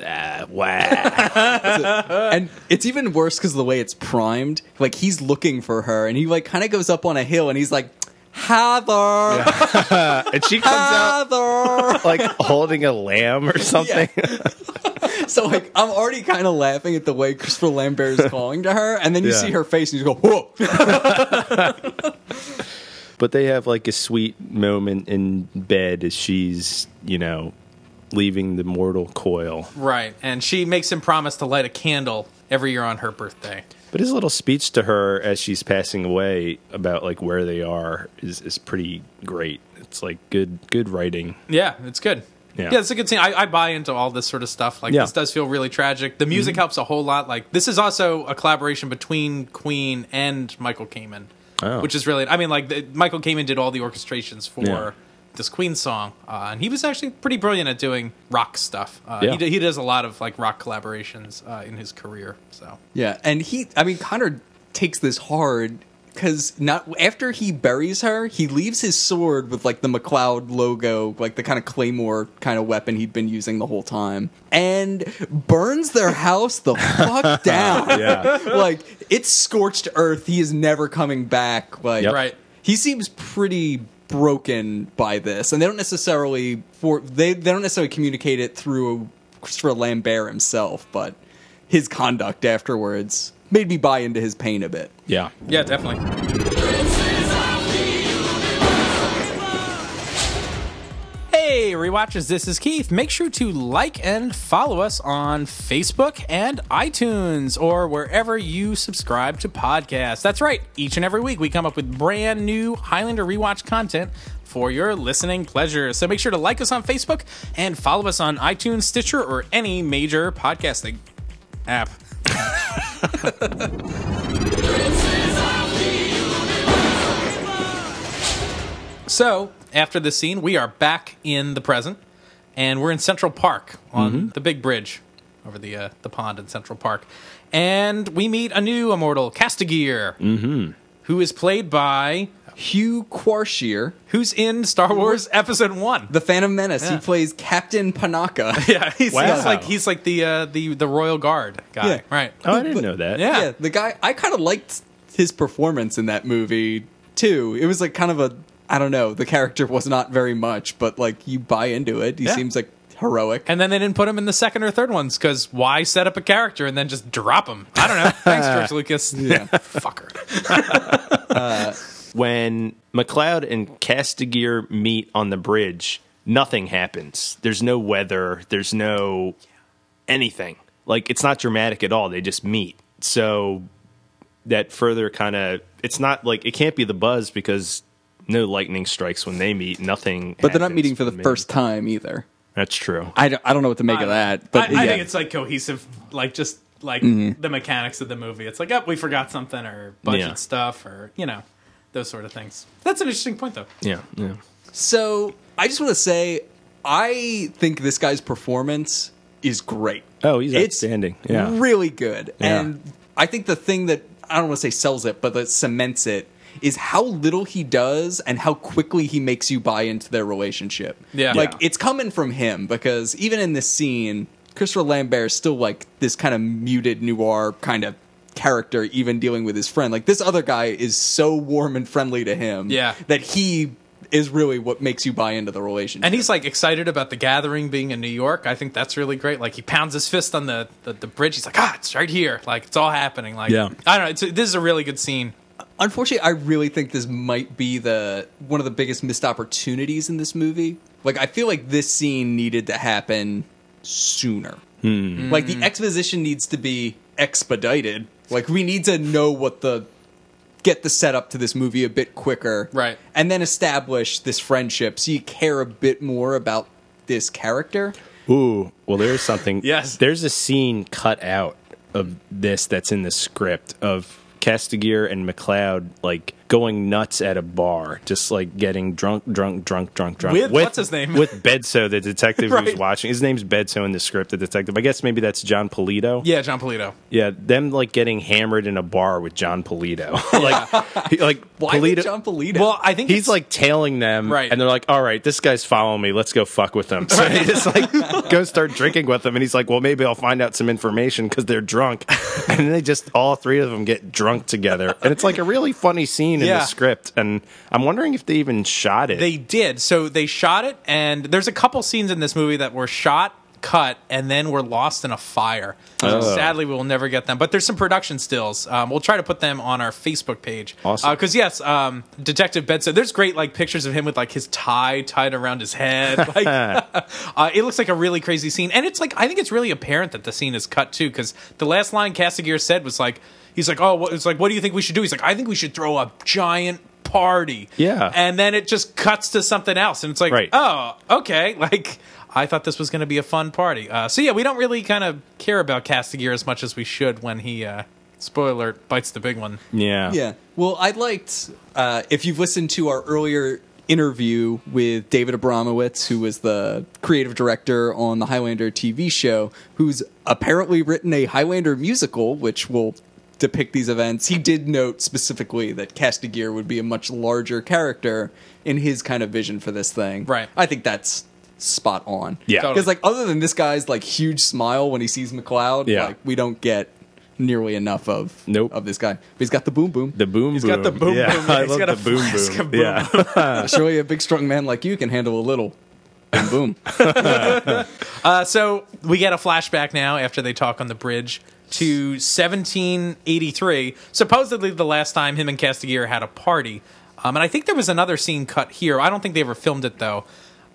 Speaker 5: uh, wow.
Speaker 4: and it's even worse because the way it's primed. Like he's looking for her, and he like kind of goes up on a hill, and he's like, "Heather,
Speaker 5: and she comes out
Speaker 4: Heather."
Speaker 5: like holding a lamb or something.
Speaker 4: so like I'm already kind of laughing at the way Christopher Lambert is calling to her, and then you
Speaker 5: Yeah.
Speaker 4: see her face, and you just go, "Whoa."
Speaker 5: but they have like a sweet moment in bed as she's you know leaving the mortal coil.
Speaker 3: uh, right. And she makes him promise to light a candle every year on her birthday.
Speaker 5: But his little speech to her as she's passing away about like where they are is is pretty great. It's like good good writing.
Speaker 3: Yeah, it's good.
Speaker 5: Yeah.
Speaker 3: it's a good scene. I, I buy into all this sort of stuff. Like
Speaker 5: Yeah. Mm-hmm.
Speaker 3: this does feel really tragic. The music helps a whole lot. Like this is also a collaboration between Queen and Michael Kamen,
Speaker 5: Oh.
Speaker 3: which is really. I mean, like the, Michael Kamen did all the orchestrations for
Speaker 5: Yeah.
Speaker 3: this Queen song, uh, and he was actually pretty brilliant at doing rock stuff. Uh,
Speaker 5: Yeah.
Speaker 3: he, d- he does a lot of like rock collaborations uh, in his career. So
Speaker 4: Yeah, and he, I mean, Connor takes this hard because not after he buries her, he leaves his sword with like the McLeod logo, like the kind of claymore kind of weapon he'd been using the whole time, and burns their house the fuck down.
Speaker 5: Yeah.
Speaker 4: like it's scorched earth. He is never coming back. Like
Speaker 5: Yep.
Speaker 3: right.
Speaker 4: he seems pretty broken by this and they don't necessarily for they, they don't necessarily communicate it through christopher lambert himself but his conduct afterwards made me buy into his pain a bit
Speaker 5: Yeah.
Speaker 3: Yeah, definitely. Hey, rewatchers, this is Keith. Make sure to like and follow us on Facebook and iTunes or wherever you subscribe to podcasts. That's right, each and every week we come up with brand new Highlander rewatch content for your listening pleasure. So make sure to like us on Facebook and follow us on iTunes, Stitcher, or any major podcasting app. So after this scene, we are back in the present, and we're in Central Park on
Speaker 4: Mm-hmm.
Speaker 3: the big bridge over the uh, the pond in Central Park, and we meet a new immortal, Castigear, mm-hmm. is played by
Speaker 4: hugh quarshier
Speaker 3: who's in Star Wars Episode One.
Speaker 4: the phantom menace he
Speaker 3: Yeah.
Speaker 4: plays captain panaka
Speaker 3: Yeah, he's,
Speaker 5: Wow.
Speaker 3: he's like he's like the uh, the the royal guard guy,
Speaker 4: Yeah.
Speaker 3: right?
Speaker 5: Oh, I didn't know that.
Speaker 3: Yeah.
Speaker 4: yeah the guy i kind of liked his performance in that movie too it was like kind of a i don't know the character was not very much but like you buy into it he
Speaker 3: Yeah.
Speaker 4: seems like heroic
Speaker 3: And then they didn't put him in the second or third ones because why set up a character and then just drop him? I don't know. Thanks, George Lucas.
Speaker 4: Yeah.
Speaker 3: fucker.
Speaker 5: When McLeod and Castigear meet on the bridge, nothing happens. There's no weather. There's no anything. Like it's not dramatic at all. They just meet. So that further kind of it's not like it can't be the buzz because no lightning strikes when they meet. Nothing.
Speaker 4: But they're not
Speaker 5: happens
Speaker 4: meeting for the
Speaker 5: when they
Speaker 4: first time either.
Speaker 5: meet. That's true.
Speaker 4: I don't, I don't know what to make of that. But
Speaker 3: I, I
Speaker 4: yeah. Mm-hmm.
Speaker 3: think it's like cohesive, like just like the mechanics of the movie. It's like, oh, we forgot something or budget
Speaker 5: Yeah.
Speaker 3: stuff or you know those sort of things. That's an interesting point, though.
Speaker 5: Yeah. Yeah.
Speaker 4: so I just want to say, I think this guy's performance is great.
Speaker 5: Oh, he's
Speaker 4: It's
Speaker 5: outstanding. Yeah.
Speaker 4: really good.
Speaker 5: Yeah.
Speaker 4: And I think the thing that I don't want to say sells it, but that cements it is how little he does and how quickly he makes you buy into their relationship.
Speaker 3: Yeah.
Speaker 4: Like
Speaker 3: Yeah.
Speaker 4: it's coming from him because even in this scene, Christopher Lambert is still like this kind of muted noir kind of character, even dealing with his friend. Like this other guy is so warm and friendly to him
Speaker 3: Yeah.
Speaker 4: that he is really what makes you buy into the relationship.
Speaker 3: And he's like excited about the gathering being in New York. I think that's really great. Like he pounds his fist on the the, the bridge. He's like, ah, it's right here. Like it's all happening. Like
Speaker 5: Yeah.
Speaker 3: I don't know. It's, this is a really good scene.
Speaker 4: unfortunately i really think this might be the one of the biggest missed opportunities in this movie like i feel like this scene needed to happen sooner
Speaker 3: Hmm.
Speaker 4: like the exposition needs to be expedited like we need to know what the get the setup to this movie a bit quicker
Speaker 3: Right.
Speaker 4: and then establish this friendship so you care a bit more about this character
Speaker 5: Ooh, well, there's something.
Speaker 3: Yes.
Speaker 5: there's a scene cut out of this that's in the script of Castigear and McLeod like going nuts at a bar, just like getting drunk, drunk, drunk, drunk, drunk.
Speaker 3: With- what's his name?
Speaker 5: With Bedso, the detective
Speaker 3: Right.
Speaker 5: who's watching. His name's Bedso in the script. The detective. I guess maybe that's John Polito.
Speaker 3: Yeah, John Polito.
Speaker 5: yeah. Them like getting hammered in a bar with John Polito. like, he- like
Speaker 4: why
Speaker 5: Polito.
Speaker 4: did john polito
Speaker 3: Well, I think
Speaker 5: He's
Speaker 3: it's-
Speaker 5: like tailing them,
Speaker 3: Right.
Speaker 5: And they're like, "All right, this guy's following me. Let's go fuck with him." So he just like goes start drinking with them, and he's like, "Well, maybe I'll find out some information because they're drunk." And then they just all three of them get drunk together, and it's like a really funny scene in
Speaker 3: Yeah.
Speaker 5: the script. And I'm wondering if they even shot it.
Speaker 3: They did. So they shot it, and there's a couple scenes in this movie that were shot, cut, and then were lost in a fire.
Speaker 5: Oh.
Speaker 3: Sadly, we will never get them. But there's some production stills. Um, we'll try to put them on our Facebook page.
Speaker 5: Awesome.
Speaker 3: Because yes, um, Detective Bedso. There's great like pictures of him with like his tie tied around his head. Like, uh, it looks like a really crazy scene, and it's like I think it's really apparent that the scene is cut too, because the last line Castigear said was like. He's like, oh, what, it's like, what do you think we should do? He's like, I think we should throw a giant party.
Speaker 5: Yeah.
Speaker 3: And then it just cuts to something else, and it's like,
Speaker 5: Right.
Speaker 3: oh, okay, like. I thought this was going to be a fun party. Uh, so yeah, we don't really kind of care about Castigear as much as we should when he, uh, spoiler, alert, bites the big one.
Speaker 5: Yeah.
Speaker 4: Yeah. Well, I liked uh, if you've listened to our earlier interview with David Abramowitz, who was the creative director on the Highlander TV show, who's apparently written a Highlander musical, which will depict these events. He did note specifically that Castigear would be a much larger character in his kind of vision for this thing.
Speaker 3: Right.
Speaker 4: I think that's spot on.
Speaker 5: Yeah.
Speaker 4: Because like other than this guy's like huge smile when he sees McLeod,
Speaker 5: Yeah.
Speaker 4: like we don't get nearly enough of
Speaker 5: Nope.
Speaker 4: of this guy. But he's got the boom boom.
Speaker 5: The boom
Speaker 3: He's got
Speaker 5: boom.
Speaker 3: the boom
Speaker 5: yeah,
Speaker 3: boom.
Speaker 5: I
Speaker 3: He's
Speaker 5: love
Speaker 3: got a
Speaker 5: the boom
Speaker 3: flask
Speaker 5: boom.
Speaker 3: of boom.
Speaker 5: Yeah.
Speaker 4: Uh, Surely a big strong man like you can handle a little. And boom.
Speaker 3: Uh, so we get a flashback now after they talk on the bridge to 1783, supposedly the last time him and Castigier had a party. Um, and I think there was another scene cut here. I don't think they ever filmed it though.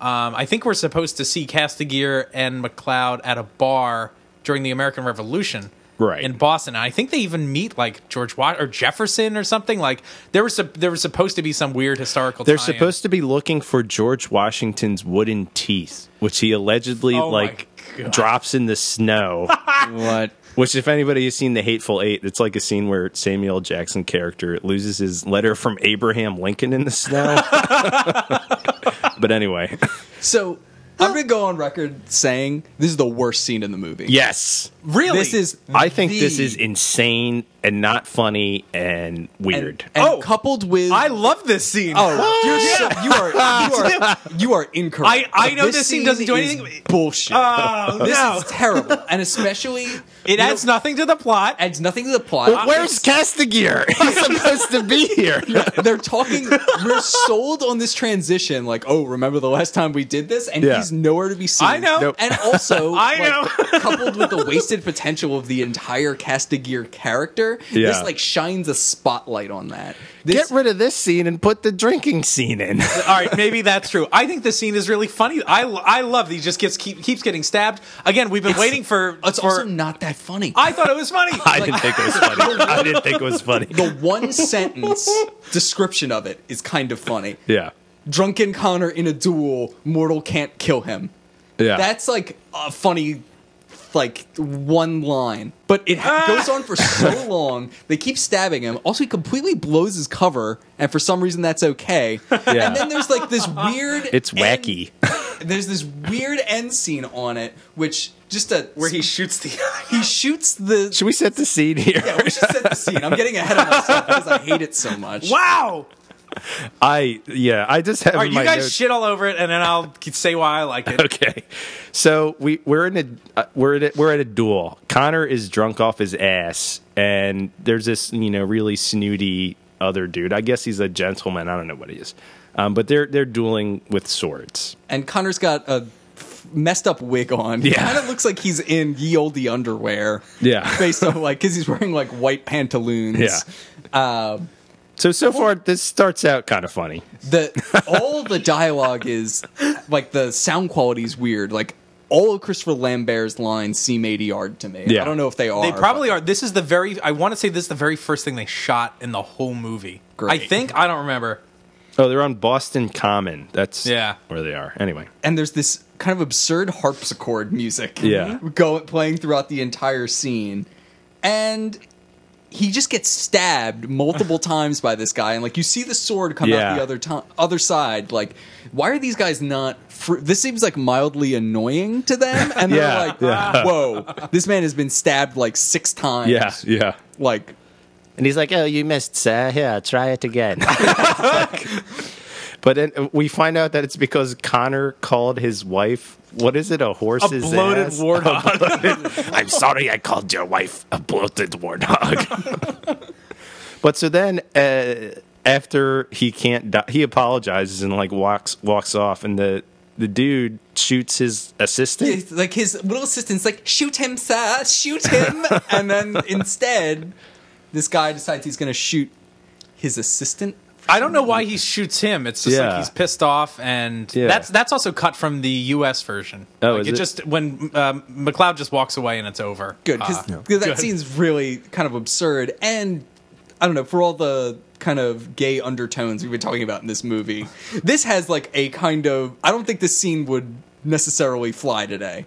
Speaker 3: Um, I think we're supposed to see Castigier and McLeod at a bar during the American Revolution.
Speaker 5: Right.
Speaker 3: In Boston. And I think they even meet like George Wash or Jefferson or something. Like there was sup- there was supposed to be some weird historical
Speaker 5: They're
Speaker 3: tie-in.
Speaker 5: supposed to be looking for George Washington's wooden teeth, which he allegedly
Speaker 3: Oh my
Speaker 5: like drops in the snow.
Speaker 4: What?
Speaker 5: which, if anybody has seen The Hateful Eight, it's like a scene where Samuel L. Jackson character loses his letter from Abraham Lincoln in the snow. but anyway,
Speaker 4: So I'm gonna go on record saying this is the worst scene in the movie.
Speaker 5: yes,
Speaker 3: Really?
Speaker 4: This is
Speaker 5: I think this
Speaker 4: the-
Speaker 5: is insane and not funny and
Speaker 4: and,
Speaker 5: weird.
Speaker 4: and
Speaker 3: Oh.
Speaker 4: coupled with
Speaker 3: I love this scene.
Speaker 4: Oh, you're so, you are you are you are incorrect.
Speaker 3: I- I know this scene doesn't do
Speaker 4: is
Speaker 3: anything-
Speaker 4: Bullshit.
Speaker 3: Oh,
Speaker 4: this
Speaker 3: no.
Speaker 4: is terrible, and especially
Speaker 3: It adds nothing to the plot.
Speaker 4: adds nothing to the plot.
Speaker 5: Where's Castigear? He's supposed to be here.
Speaker 4: they're talking we're sold on this transition like oh remember the last time we did this and
Speaker 5: Yeah.
Speaker 4: he's nowhere to be seen
Speaker 3: I know. Nope.
Speaker 4: and also
Speaker 3: I
Speaker 4: know coupled with the wasted potential of the entire castigear character this
Speaker 5: Yeah.
Speaker 4: like shines a spotlight on that
Speaker 5: Get
Speaker 4: this
Speaker 5: rid of this scene and put the drinking scene in.
Speaker 3: All right, maybe that's true. I think the scene is really funny. I, I love that he just gets keep, keeps getting stabbed. Again, we've been waiting for.
Speaker 4: it's
Speaker 3: for-
Speaker 4: also not that funny
Speaker 3: I thought it was funny.
Speaker 5: I didn't think it was funny. I didn't think it was funny.
Speaker 4: the one sentence description of it is kind of funny
Speaker 5: Yeah.
Speaker 4: drunken connor in a duel mortal can't kill him
Speaker 5: Yeah.
Speaker 4: That's like a funny, like one line, but it ha-
Speaker 5: Ah!
Speaker 4: goes on for so long. They keep stabbing him. Also, he completely blows his cover, and for some reason, that's okay.
Speaker 5: Yeah.
Speaker 4: And then there's like this weird.
Speaker 5: It's
Speaker 4: end-
Speaker 5: wacky.
Speaker 4: there's this weird end scene on it, which just a
Speaker 3: where he shoots the.
Speaker 4: he shoots the.
Speaker 5: Should we set the scene here?
Speaker 4: yeah, we should set the scene. I'm getting ahead of myself because I hate it so much.
Speaker 3: wow!
Speaker 5: I yeah, I just have
Speaker 3: All right,
Speaker 5: in
Speaker 3: you
Speaker 5: my
Speaker 3: guys
Speaker 5: notes-
Speaker 3: shit all over it, and then I'll say why I like it.
Speaker 5: Okay. So we we're in a uh, we're at a, we're at a duel. Connor is drunk off his ass and there's this, you know, really snooty other dude. I guess he's a gentleman. I don't know what he is. Um, but they're they're dueling with swords.
Speaker 4: and Connor's got a f- messed up wig on. He
Speaker 5: Yeah.
Speaker 4: kind of looks like he's in ye olde underwear.
Speaker 5: Yeah.
Speaker 4: based on like because he's wearing like white pantaloons.
Speaker 5: Yeah.
Speaker 4: Um,
Speaker 5: So so far this starts out kind of funny.
Speaker 4: the all the dialogue is like the sound quality is weird. Like all of Christopher Lambert's lines seem ADR to me.
Speaker 5: Yeah.
Speaker 4: I don't know if they are.
Speaker 3: They probably are. This is the very. I want to say this is the very first thing they shot in the whole movie.
Speaker 4: Great.
Speaker 3: I think. I don't remember.
Speaker 5: Oh, they're on Boston Common. That's
Speaker 3: Yeah.
Speaker 5: where they are. Anyway.
Speaker 4: and there's this kind of absurd harpsichord music.
Speaker 5: Yeah.
Speaker 4: go playing throughout the entire scene, and. He just gets stabbed multiple times by this guy, and like you see the sword come out
Speaker 5: Yeah.
Speaker 4: the other time, other side. Like, why are these guys not? Fr- this seems like mildly annoying to them, and they're
Speaker 5: Yeah,
Speaker 4: like,
Speaker 5: yeah.
Speaker 4: "Whoa, this man has been stabbed like six times."
Speaker 5: Yeah, yeah.
Speaker 4: like
Speaker 5: And he's like, "Oh, you missed, sir. Here, try it again." Like- but then we find out that it's because Connor called his wife. What is it? A horse's
Speaker 3: a bloated
Speaker 5: ass?
Speaker 3: warthog.
Speaker 5: I'm sorry, I called your wife a bloated warthog. but so then, uh, after he can't, die, he apologizes and like walks walks off, and the the dude shoots his assistant.
Speaker 4: it's like his little assistant's like shoot him sir shoot him and then instead this guy decides he's going to shoot his assistant
Speaker 3: I don't know why he shoots him. It's just like
Speaker 5: Yeah.
Speaker 3: he's pissed off, and
Speaker 5: Yeah.
Speaker 3: that's that's also cut from the U.S. version.
Speaker 5: Oh,
Speaker 3: Like,
Speaker 5: is
Speaker 3: it,
Speaker 5: it?
Speaker 3: just when um, McLeod just walks away and it's over.
Speaker 4: good because
Speaker 3: Uh,
Speaker 4: that
Speaker 3: Good.
Speaker 4: scene's really kind of absurd and i don't know for all the kind of gay undertones we've been talking about in this movie this has like a kind of i don't think this scene would necessarily fly today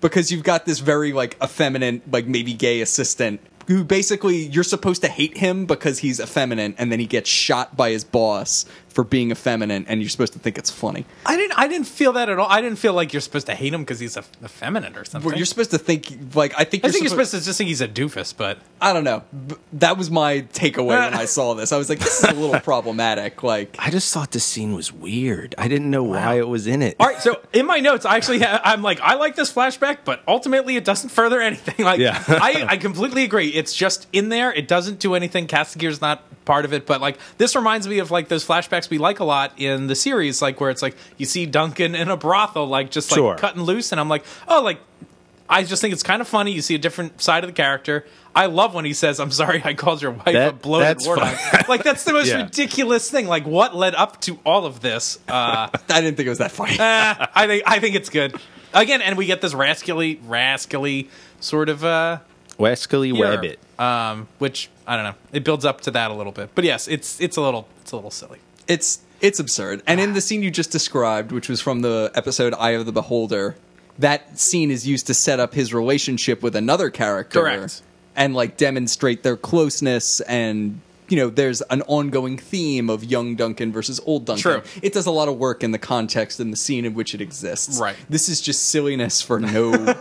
Speaker 4: because you've got this very like effeminate like maybe gay assistant who basically you're supposed to hate him because he's effeminate and then he gets shot by his boss for being effeminate and you're supposed to think it's funny
Speaker 3: I didn't I didn't feel that at all. I didn't feel like you're supposed to hate him because he's a, effeminate or something.
Speaker 4: Well, you're supposed to think like i think
Speaker 3: I
Speaker 4: you're
Speaker 3: think you're
Speaker 4: suppo-
Speaker 3: supposed to just think he's a doofus, but
Speaker 4: I don't know. B- That was my takeaway when I saw this. I was like, this is a little problematic. Like,
Speaker 5: I just thought this scene was weird. I didn't know why it was in it.
Speaker 3: all right. So in my notes, I actually have, I'm like I like this flashback, but ultimately it doesn't further anything. Like
Speaker 5: Yeah.
Speaker 3: I I completely agree. It's just in there. It doesn't do anything. Castigear's not part of it, but like this reminds me of like those flashbacks we like a lot in the series, like where it's like you see Duncan in a brothel, like just like
Speaker 5: Sure.
Speaker 3: cutting loose, and I'm like, oh, like I just think it's kind of funny. You see a different side of the character. I love when he says, "I'm sorry, I called your wife a
Speaker 5: That-
Speaker 3: bloated
Speaker 5: that's
Speaker 3: warlock." like that's the most
Speaker 5: Yeah.
Speaker 3: ridiculous thing. Like what led up to all of this? Uh,
Speaker 4: I didn't think it was that funny.
Speaker 3: eh, I think I think it's good. Again, and we get this rascally, rascally sort of uh,
Speaker 5: Wescally
Speaker 3: Europe,
Speaker 5: Webbit.
Speaker 3: um, which I don't know. It builds up to that a little bit, but yes, it's it's a little it's a little silly.
Speaker 4: It's it's absurd. And in the scene you just described, which was from the episode Eye of the Beholder, that scene is used to set up his relationship with another character.
Speaker 3: Correct.
Speaker 4: And like demonstrate their closeness and you know, there's an ongoing theme of young Duncan versus old Duncan.
Speaker 3: True.
Speaker 4: It does a lot of work in the context and the scene in which it exists.
Speaker 3: Right.
Speaker 4: This is just silliness for no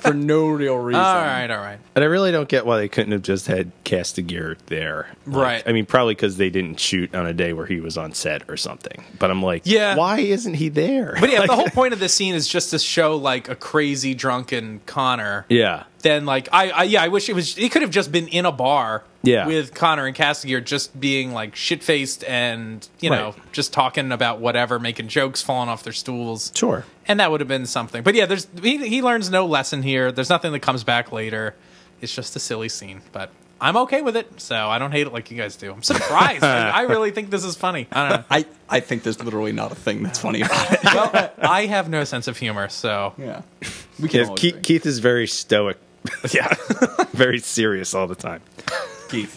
Speaker 4: for no real reason.
Speaker 3: All right, all right.
Speaker 5: And I really don't get why they couldn't have just had Castigear there. Like,
Speaker 3: Right.
Speaker 5: I mean, probably because they didn't shoot on a day where he was on set or something. But I'm like,
Speaker 3: Yeah.
Speaker 5: why isn't he there?
Speaker 3: But yeah, if
Speaker 5: Like,
Speaker 3: the whole point of this scene is just to show like a crazy drunken Connor.
Speaker 5: yeah.
Speaker 3: then like I, I yeah I wish it was it could have just been in a bar
Speaker 5: Yeah.
Speaker 3: with Connor and Castigier just being like shit faced and you know
Speaker 5: Right.
Speaker 3: just talking about whatever making jokes falling off their stools
Speaker 5: Sure.
Speaker 3: and that would have been something but yeah there's he, he learns no lesson here there's nothing that comes back later it's just a silly scene but I'm okay with it so I don't hate it like you guys do I'm surprised I, I really think this is funny I don't know
Speaker 4: I, I think there's literally not a thing that's funny about it.
Speaker 3: well I have no sense of humor so
Speaker 4: Yeah. We can
Speaker 5: Yeah,
Speaker 4: all
Speaker 5: Keith,
Speaker 4: agree.
Speaker 5: Keith is very stoic. yeah. very serious all the time.
Speaker 4: Keith.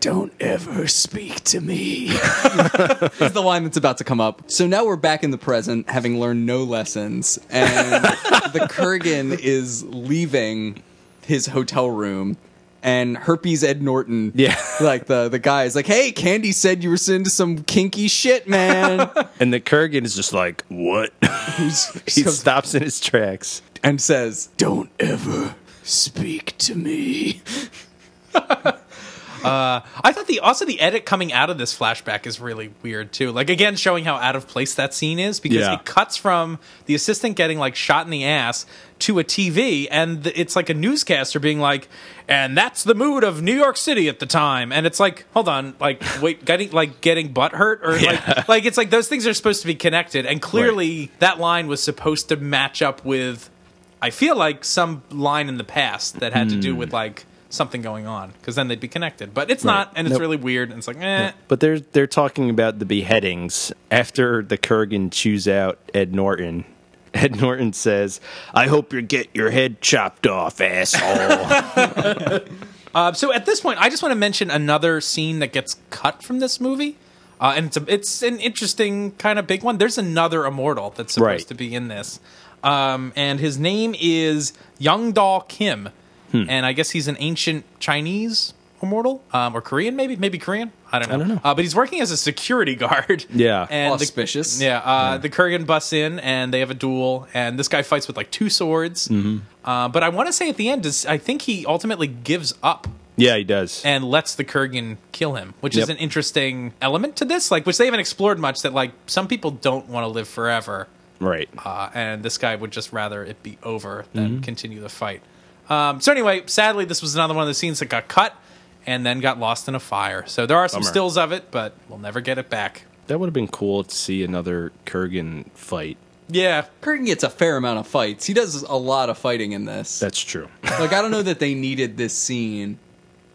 Speaker 5: Don't ever speak to me.
Speaker 4: This is the line that's about to come up. So now we're back in the present, having learned no lessons, and the Kurgan is leaving his hotel room. And herpes Ed Norton,
Speaker 5: Yeah.
Speaker 4: like the the guy is like, "Hey, Candy said you were into some kinky shit, man,"
Speaker 5: And the Kurgan is just like, what? he stops in his tracks.
Speaker 4: and says,
Speaker 5: Don't ever speak to me.
Speaker 3: I thought the also the edit coming out of this flashback is really weird too. Like again, showing how out of place that scene is because
Speaker 5: Yeah.
Speaker 3: it cuts from the assistant getting like shot in the ass to a TV, and th- it's like a newscaster being like, "And that's the mood of New York City at the time." And it's like, hold on, like wait, getting like getting butt hurt or like like it's like those things are supposed to be connected, and clearly that line was supposed to match up with. I feel like some line in the past that had to do with like something going on because then they'd be connected. But it's not, and it's
Speaker 5: Nope.
Speaker 3: really weird. And it's like, eh.
Speaker 5: But they're they're talking about the beheadings after the Kurgan chews out Ed Norton. Ed Norton says, "I hope you get your head chopped off, asshole."
Speaker 3: Uh, so at this point, I just want to mention another scene that gets cut from this movie. Uh, and it's, a, it's an interesting kind of big one. There's another immortal that's supposed
Speaker 5: Right.
Speaker 3: to be in this. Um, and his name is Young Dal Kim. And I guess he's an ancient Chinese immortal um, or Korean, maybe. Maybe Korean. I don't know. Uh, but he's working as a security guard.
Speaker 5: Yeah.
Speaker 3: And the-
Speaker 4: Auspicious.
Speaker 3: yeah. Uh, The Kurgan busts in and they have a duel. And this guy fights with like two swords. Uh, but I want to say at the end, is I think he ultimately gives up
Speaker 5: yeah, he does.
Speaker 3: and lets the Kurgan kill him, which is
Speaker 5: Yep.
Speaker 3: an interesting element to this, like which they haven't explored much. That like some people don't want to live forever,
Speaker 5: right.
Speaker 3: uh, and this guy would just rather it be over than
Speaker 5: Mm-hmm.
Speaker 3: continue the fight. Um, so anyway, sadly, this was another one of the scenes that got cut and then got lost in a fire. So there are some
Speaker 5: Bummer.
Speaker 3: stills of it, but we'll never get it back.
Speaker 5: That would have been cool to see another Kurgan fight.
Speaker 3: Yeah,
Speaker 4: "Kurgan gets a fair amount of fights. He does a lot of fighting in this.
Speaker 5: That's true.
Speaker 4: like, I don't know that they needed this scene,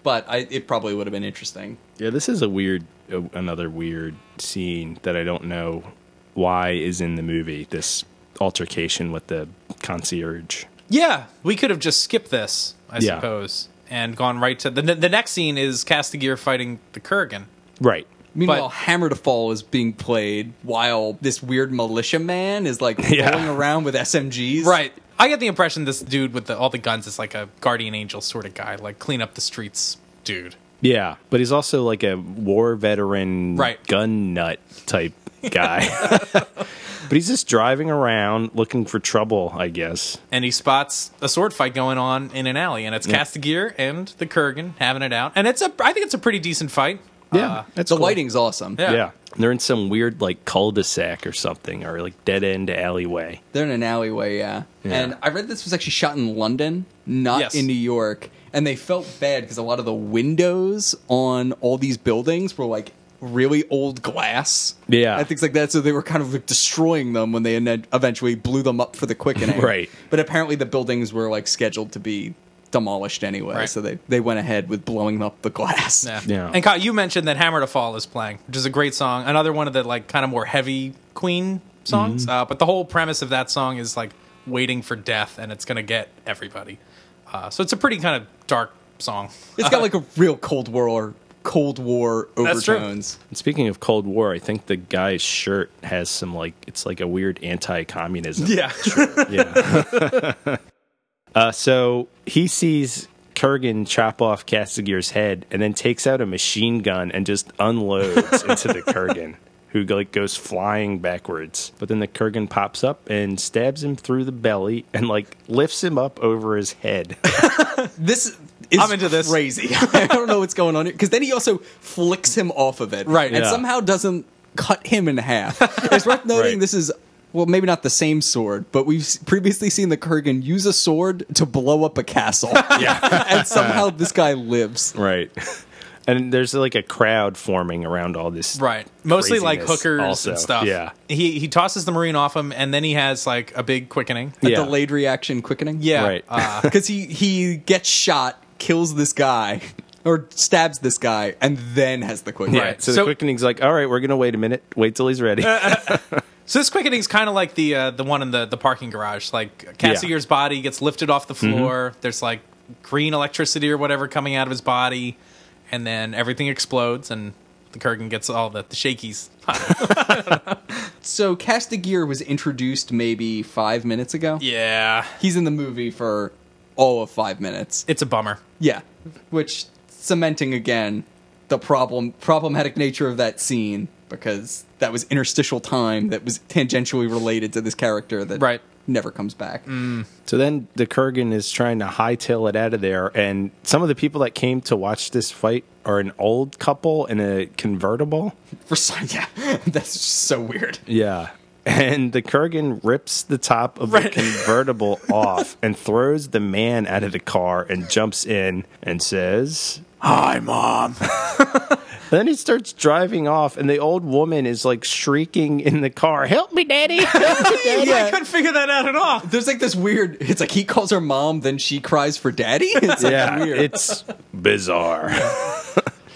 Speaker 4: but I, it probably would have been interesting."
Speaker 5: yeah, this is a weird a, another weird scene that I don't know why is in the movie. This altercation with the concierge.
Speaker 3: Yeah, we could have just skipped this, I
Speaker 5: Yeah.
Speaker 3: suppose, and gone right to the the next scene is Castigear fighting the Kurgan.
Speaker 5: Right.
Speaker 4: Meanwhile,
Speaker 3: But-
Speaker 4: Hammer to Fall is being played while this weird militia man is like
Speaker 5: Yeah.
Speaker 4: rolling around with SMGs.
Speaker 3: Right. I get the impression this dude with the, all the guns is like a guardian angel sort of guy, like clean up the streets dude.
Speaker 5: Yeah, but he's also like a war veteran,
Speaker 3: Right.
Speaker 5: gun nut type guy. but he's just driving around looking for trouble, I guess.
Speaker 3: And he spots a sword fight going on in an alley, and it's Castigear and the Kurgan having it out. And it's a, I think it's a pretty decent fight.
Speaker 5: Yeah,
Speaker 4: The lighting's awesome.
Speaker 3: Uh, Yeah.
Speaker 5: Yeah. they're in some weird like cul-de-sac or something, or like dead end alleyway.
Speaker 4: They're in an alleyway, yeah.
Speaker 5: Yeah.
Speaker 4: And I read this was actually shot in London, not
Speaker 3: Yes.
Speaker 4: in New York. And they felt bad because a lot of the windows on all these buildings were like really old glass.
Speaker 5: Yeah.
Speaker 4: And things like that. So they were kind of like destroying them when they ene- eventually blew them up for the quickening.
Speaker 5: Right.
Speaker 4: But apparently the buildings were like scheduled to be demolished anyway.
Speaker 3: Right.
Speaker 4: So they, they went ahead with blowing up the glass.
Speaker 3: Yeah.
Speaker 5: Yeah.
Speaker 3: And Kyle, you mentioned that Hammer to Fall is playing, which is a great song. Another one of the like kind of more heavy Queen songs.
Speaker 5: Mm-hmm.
Speaker 3: Uh, but the whole premise of that song is like waiting for death, and it's gonna get everybody. Uh, so it's a pretty kind of dark song.
Speaker 4: It's got like a real Cold War Cold War
Speaker 3: Uh-huh. That's true.
Speaker 4: overtones.
Speaker 5: And speaking of Cold War, I think the guy's shirt has some like it's like a weird anti-communism.
Speaker 3: Yeah.
Speaker 5: Yeah. uh, so he sees Kurgan chop off Castagir's head and then takes out a machine gun and just unloads into the Kurgan, who like goes flying backwards. But then the Kurgan pops up and stabs him through the belly and like lifts him up over his head.
Speaker 4: This is
Speaker 3: I'm into this.
Speaker 4: crazy. I don't know what's going on here. Because then he also flicks him off of it.
Speaker 3: Right.
Speaker 4: And
Speaker 5: Yeah.
Speaker 4: somehow doesn't cut him in half. it's worth noting
Speaker 5: Right.
Speaker 4: this is, well, maybe not the same sword, but we've s- previously seen the Kurgan use a sword to blow up a castle. Yeah. and somehow this guy lives.
Speaker 5: right. And there's like a crowd forming around all this.
Speaker 3: Right. Mostly like
Speaker 5: craziness
Speaker 3: hookers
Speaker 5: also.
Speaker 3: and stuff.
Speaker 5: Yeah.
Speaker 3: He he tosses the marine off him and then he has like a big quickening.
Speaker 5: Yeah.
Speaker 4: Delayed reaction quickening.
Speaker 3: Yeah.
Speaker 5: Right.
Speaker 3: Uh,
Speaker 4: Because he, he gets shot, kills this guy, or stabs this guy, and then has the quickening.
Speaker 5: Yeah,
Speaker 3: Right.
Speaker 5: so,
Speaker 3: So-
Speaker 5: the quickening's like, all right, we're gonna wait a minute, wait till he's ready.
Speaker 3: so this quickening is kind of like the uh, the one in the, the parking garage. Like Cassier's body gets lifted off the
Speaker 5: Mm-hmm.
Speaker 3: floor. There's like green electricity or whatever coming out of his body, and then everything explodes and the Kurgan gets all the, the shakies.
Speaker 4: So Castigear was introduced maybe five minutes ago.
Speaker 3: yeah.
Speaker 4: he's in the movie for all of five minutes.
Speaker 3: It's a bummer.
Speaker 4: Yeah, which cementing again the problem problematic nature of that scene because that was interstitial time that was tangentially related to this character that
Speaker 3: Right.
Speaker 4: never comes back.
Speaker 5: So then the Kurgan is trying to hightail it out of there, and some of the people that came to watch this fight are an old couple in a convertible.
Speaker 4: For some, yeah, that's just so weird.
Speaker 5: Yeah. And the Kurgan rips the top of the convertible off and throws the man out of the car and jumps in and says,
Speaker 3: Hi, mom.
Speaker 5: Then he starts driving off, and the old woman is like shrieking in the car, Help me, daddy! Help me, daddy!
Speaker 3: I couldn't figure that out at all.
Speaker 4: There's like this weird. It's like he calls her mom, then she cries for daddy. It's like
Speaker 5: Yeah,
Speaker 4: weird.
Speaker 5: it's bizarre.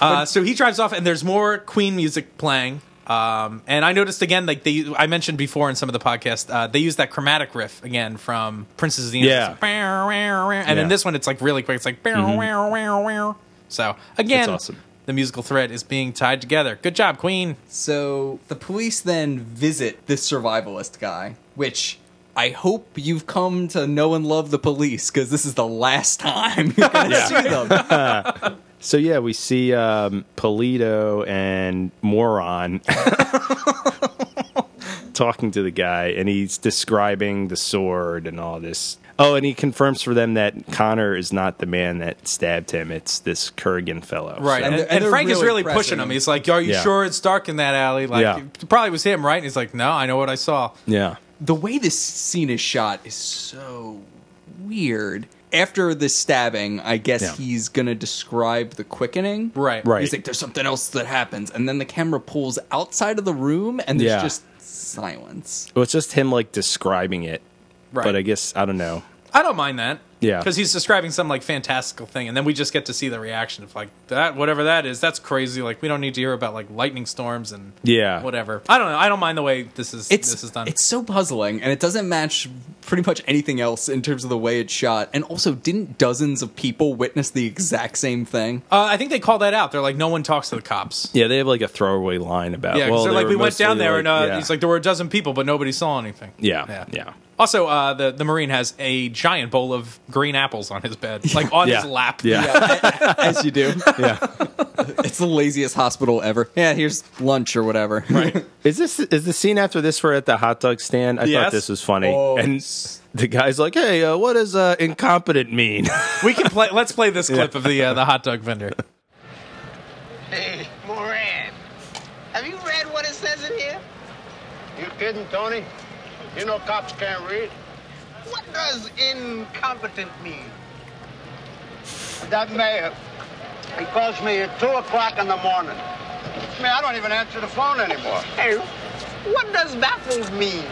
Speaker 3: Uh, so he drives off, and there's more Queen music playing. Um, and I noticed again, like they, I mentioned before in some of the podcasts, uh, they use that chromatic riff again from Princess Xena.
Speaker 5: Yeah.
Speaker 3: It's like, "Bow, wow, wow," and
Speaker 5: Yeah. Mm-hmm.
Speaker 3: then this one, it's like really quick. It's like, "Bow, wow, wow, wow." so again,
Speaker 5: That's awesome.
Speaker 3: the musical thread is being tied together. Good job, Queen.
Speaker 4: So the police then visit this survivalist guy, which I hope you've come to know and love the police because this is the last time you're going to see them.
Speaker 5: So yeah, we see um, Polito and Moron talking to the guy, and he's describing the sword and all this. Oh, and he confirms for them that Connor is not the man that stabbed him; it's this Kurgan fellow.
Speaker 3: Right,
Speaker 5: So-
Speaker 3: and,
Speaker 4: they're- and
Speaker 3: and
Speaker 4: they're
Speaker 3: Frank is
Speaker 4: really
Speaker 3: really
Speaker 4: pressing
Speaker 3: pushing him.
Speaker 4: him.
Speaker 3: He's like, "Are you
Speaker 5: Yeah.
Speaker 3: sure it's dark in that alley?" Like,
Speaker 5: Yeah.
Speaker 3: it probably was him, right? And he's like, "No, I know what I saw."
Speaker 5: yeah.
Speaker 4: The way this scene is shot is so weird. After the stabbing, I guess
Speaker 5: Yeah.
Speaker 4: he's going to describe the quickening.
Speaker 3: Right.
Speaker 5: Right.
Speaker 4: He's like, there's something else that happens. And then the camera pulls outside of the room and there's
Speaker 5: Yeah.
Speaker 4: just silence.
Speaker 5: Well, it's just him like describing it.
Speaker 3: Right.
Speaker 5: But I guess I don't know.
Speaker 3: I don't mind that.
Speaker 5: Yeah.
Speaker 3: Because he's describing some like fantastical thing, and then we just get to see the reaction of like that, whatever that is. That's crazy. Like we don't need to hear about like lightning storms and
Speaker 5: Yeah.
Speaker 3: whatever. I don't know. I don't mind the way this is
Speaker 4: it's
Speaker 3: this is done.
Speaker 4: it's so puzzling and it doesn't match pretty much anything else in terms of the way it's shot and also didn't dozens of people witness the exact same thing
Speaker 3: Uh, I think they call that out. They're like, no one talks to the cops.
Speaker 5: Yeah, they have like a throwaway line about.
Speaker 3: Yeah, 'cause
Speaker 5: well,
Speaker 3: they're
Speaker 5: they
Speaker 3: like,
Speaker 5: were
Speaker 3: we went
Speaker 5: mostly
Speaker 3: down there, and uh,
Speaker 5: yeah.
Speaker 3: he's like, there were a dozen people, but nobody saw anything.
Speaker 5: Yeah, yeah.
Speaker 3: Also, uh, the the marine has a giant bowl of green apples on his bed, like on
Speaker 5: yeah.
Speaker 3: his lap. uh,
Speaker 5: Yeah,
Speaker 4: as you do
Speaker 5: yeah.
Speaker 4: it's the laziest hospital ever yeah here's lunch or whatever right
Speaker 5: Is this is the scene after this? We're at the hot dog stand. I
Speaker 3: Yes.
Speaker 5: thought this was funny,
Speaker 4: Oh.
Speaker 5: and the guy's like, "Hey, uh, what does uh, incompetent mean?"
Speaker 3: we can play. Let's play this clip of the uh, the hot dog vendor.
Speaker 10: Hey, Moran, have you read what it says in here? You kidding, Tony? You know cops can't read. What does incompetent mean? That mayor, he calls me at 2 o'clock in the morning. Man, I don't even answer the phone anymore. Hey, what does baffled mean?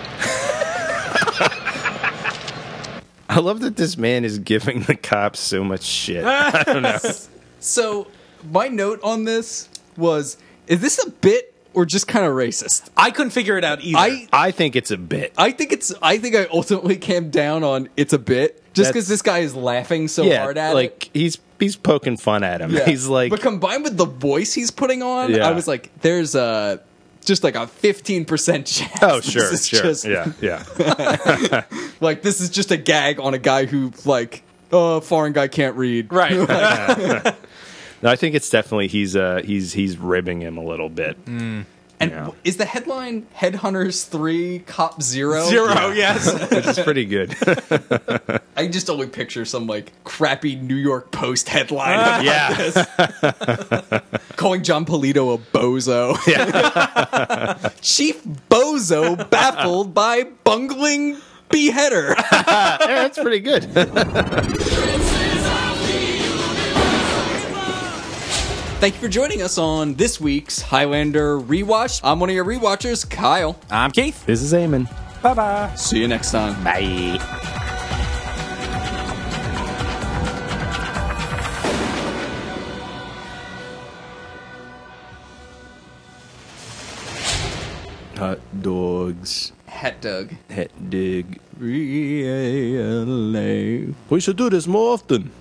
Speaker 5: I love that this man is giving the cops so much shit. I don't know.
Speaker 4: so my note on this was is this a bit or just kind of racist
Speaker 3: I couldn't figure it out either.
Speaker 4: i
Speaker 5: I think it's a bit.
Speaker 4: i think it's i think i ultimately came down on it's a bit just
Speaker 5: That's-
Speaker 4: because this guy is laughing so
Speaker 5: yeah,
Speaker 4: hard at it
Speaker 5: like he's he's poking fun at him.
Speaker 4: Yeah.
Speaker 5: He's like,
Speaker 4: but combined with the voice he's putting on,
Speaker 5: Yeah.
Speaker 4: I was like, there's a just like a fifteen percent chance.
Speaker 5: "Oh,
Speaker 4: this
Speaker 5: sure,
Speaker 4: is
Speaker 5: sure,
Speaker 4: just-
Speaker 5: yeah, yeah."
Speaker 4: Like this is just a gag on a guy who like uh foreign guy can't read.
Speaker 3: right.
Speaker 5: No, I think it's definitely he's uh he's he's ribbing him a little bit.
Speaker 4: And
Speaker 5: Yeah.
Speaker 4: w is the headline Headhunters three cop zero?
Speaker 3: Zero. Oh, Yes.
Speaker 5: It's
Speaker 4: Mm.
Speaker 5: pretty good.
Speaker 4: I just only picture some like crappy New York Post headline
Speaker 5: yeah,
Speaker 4: calling John Polito a bozo. Chief Bozo baffled by bungling beheader.
Speaker 5: Yeah, that's pretty good.
Speaker 4: Thank you for joining us on this week's Highlander Rewatch. I'm one of your rewatchers, Kyle.
Speaker 3: I'm Keith.
Speaker 5: this is Eamon.
Speaker 3: Bye bye.
Speaker 4: See you next time.
Speaker 5: Bye. Hot dogs,
Speaker 4: Hat Doug.
Speaker 5: hot dig.
Speaker 4: Really?
Speaker 5: We should do this more often.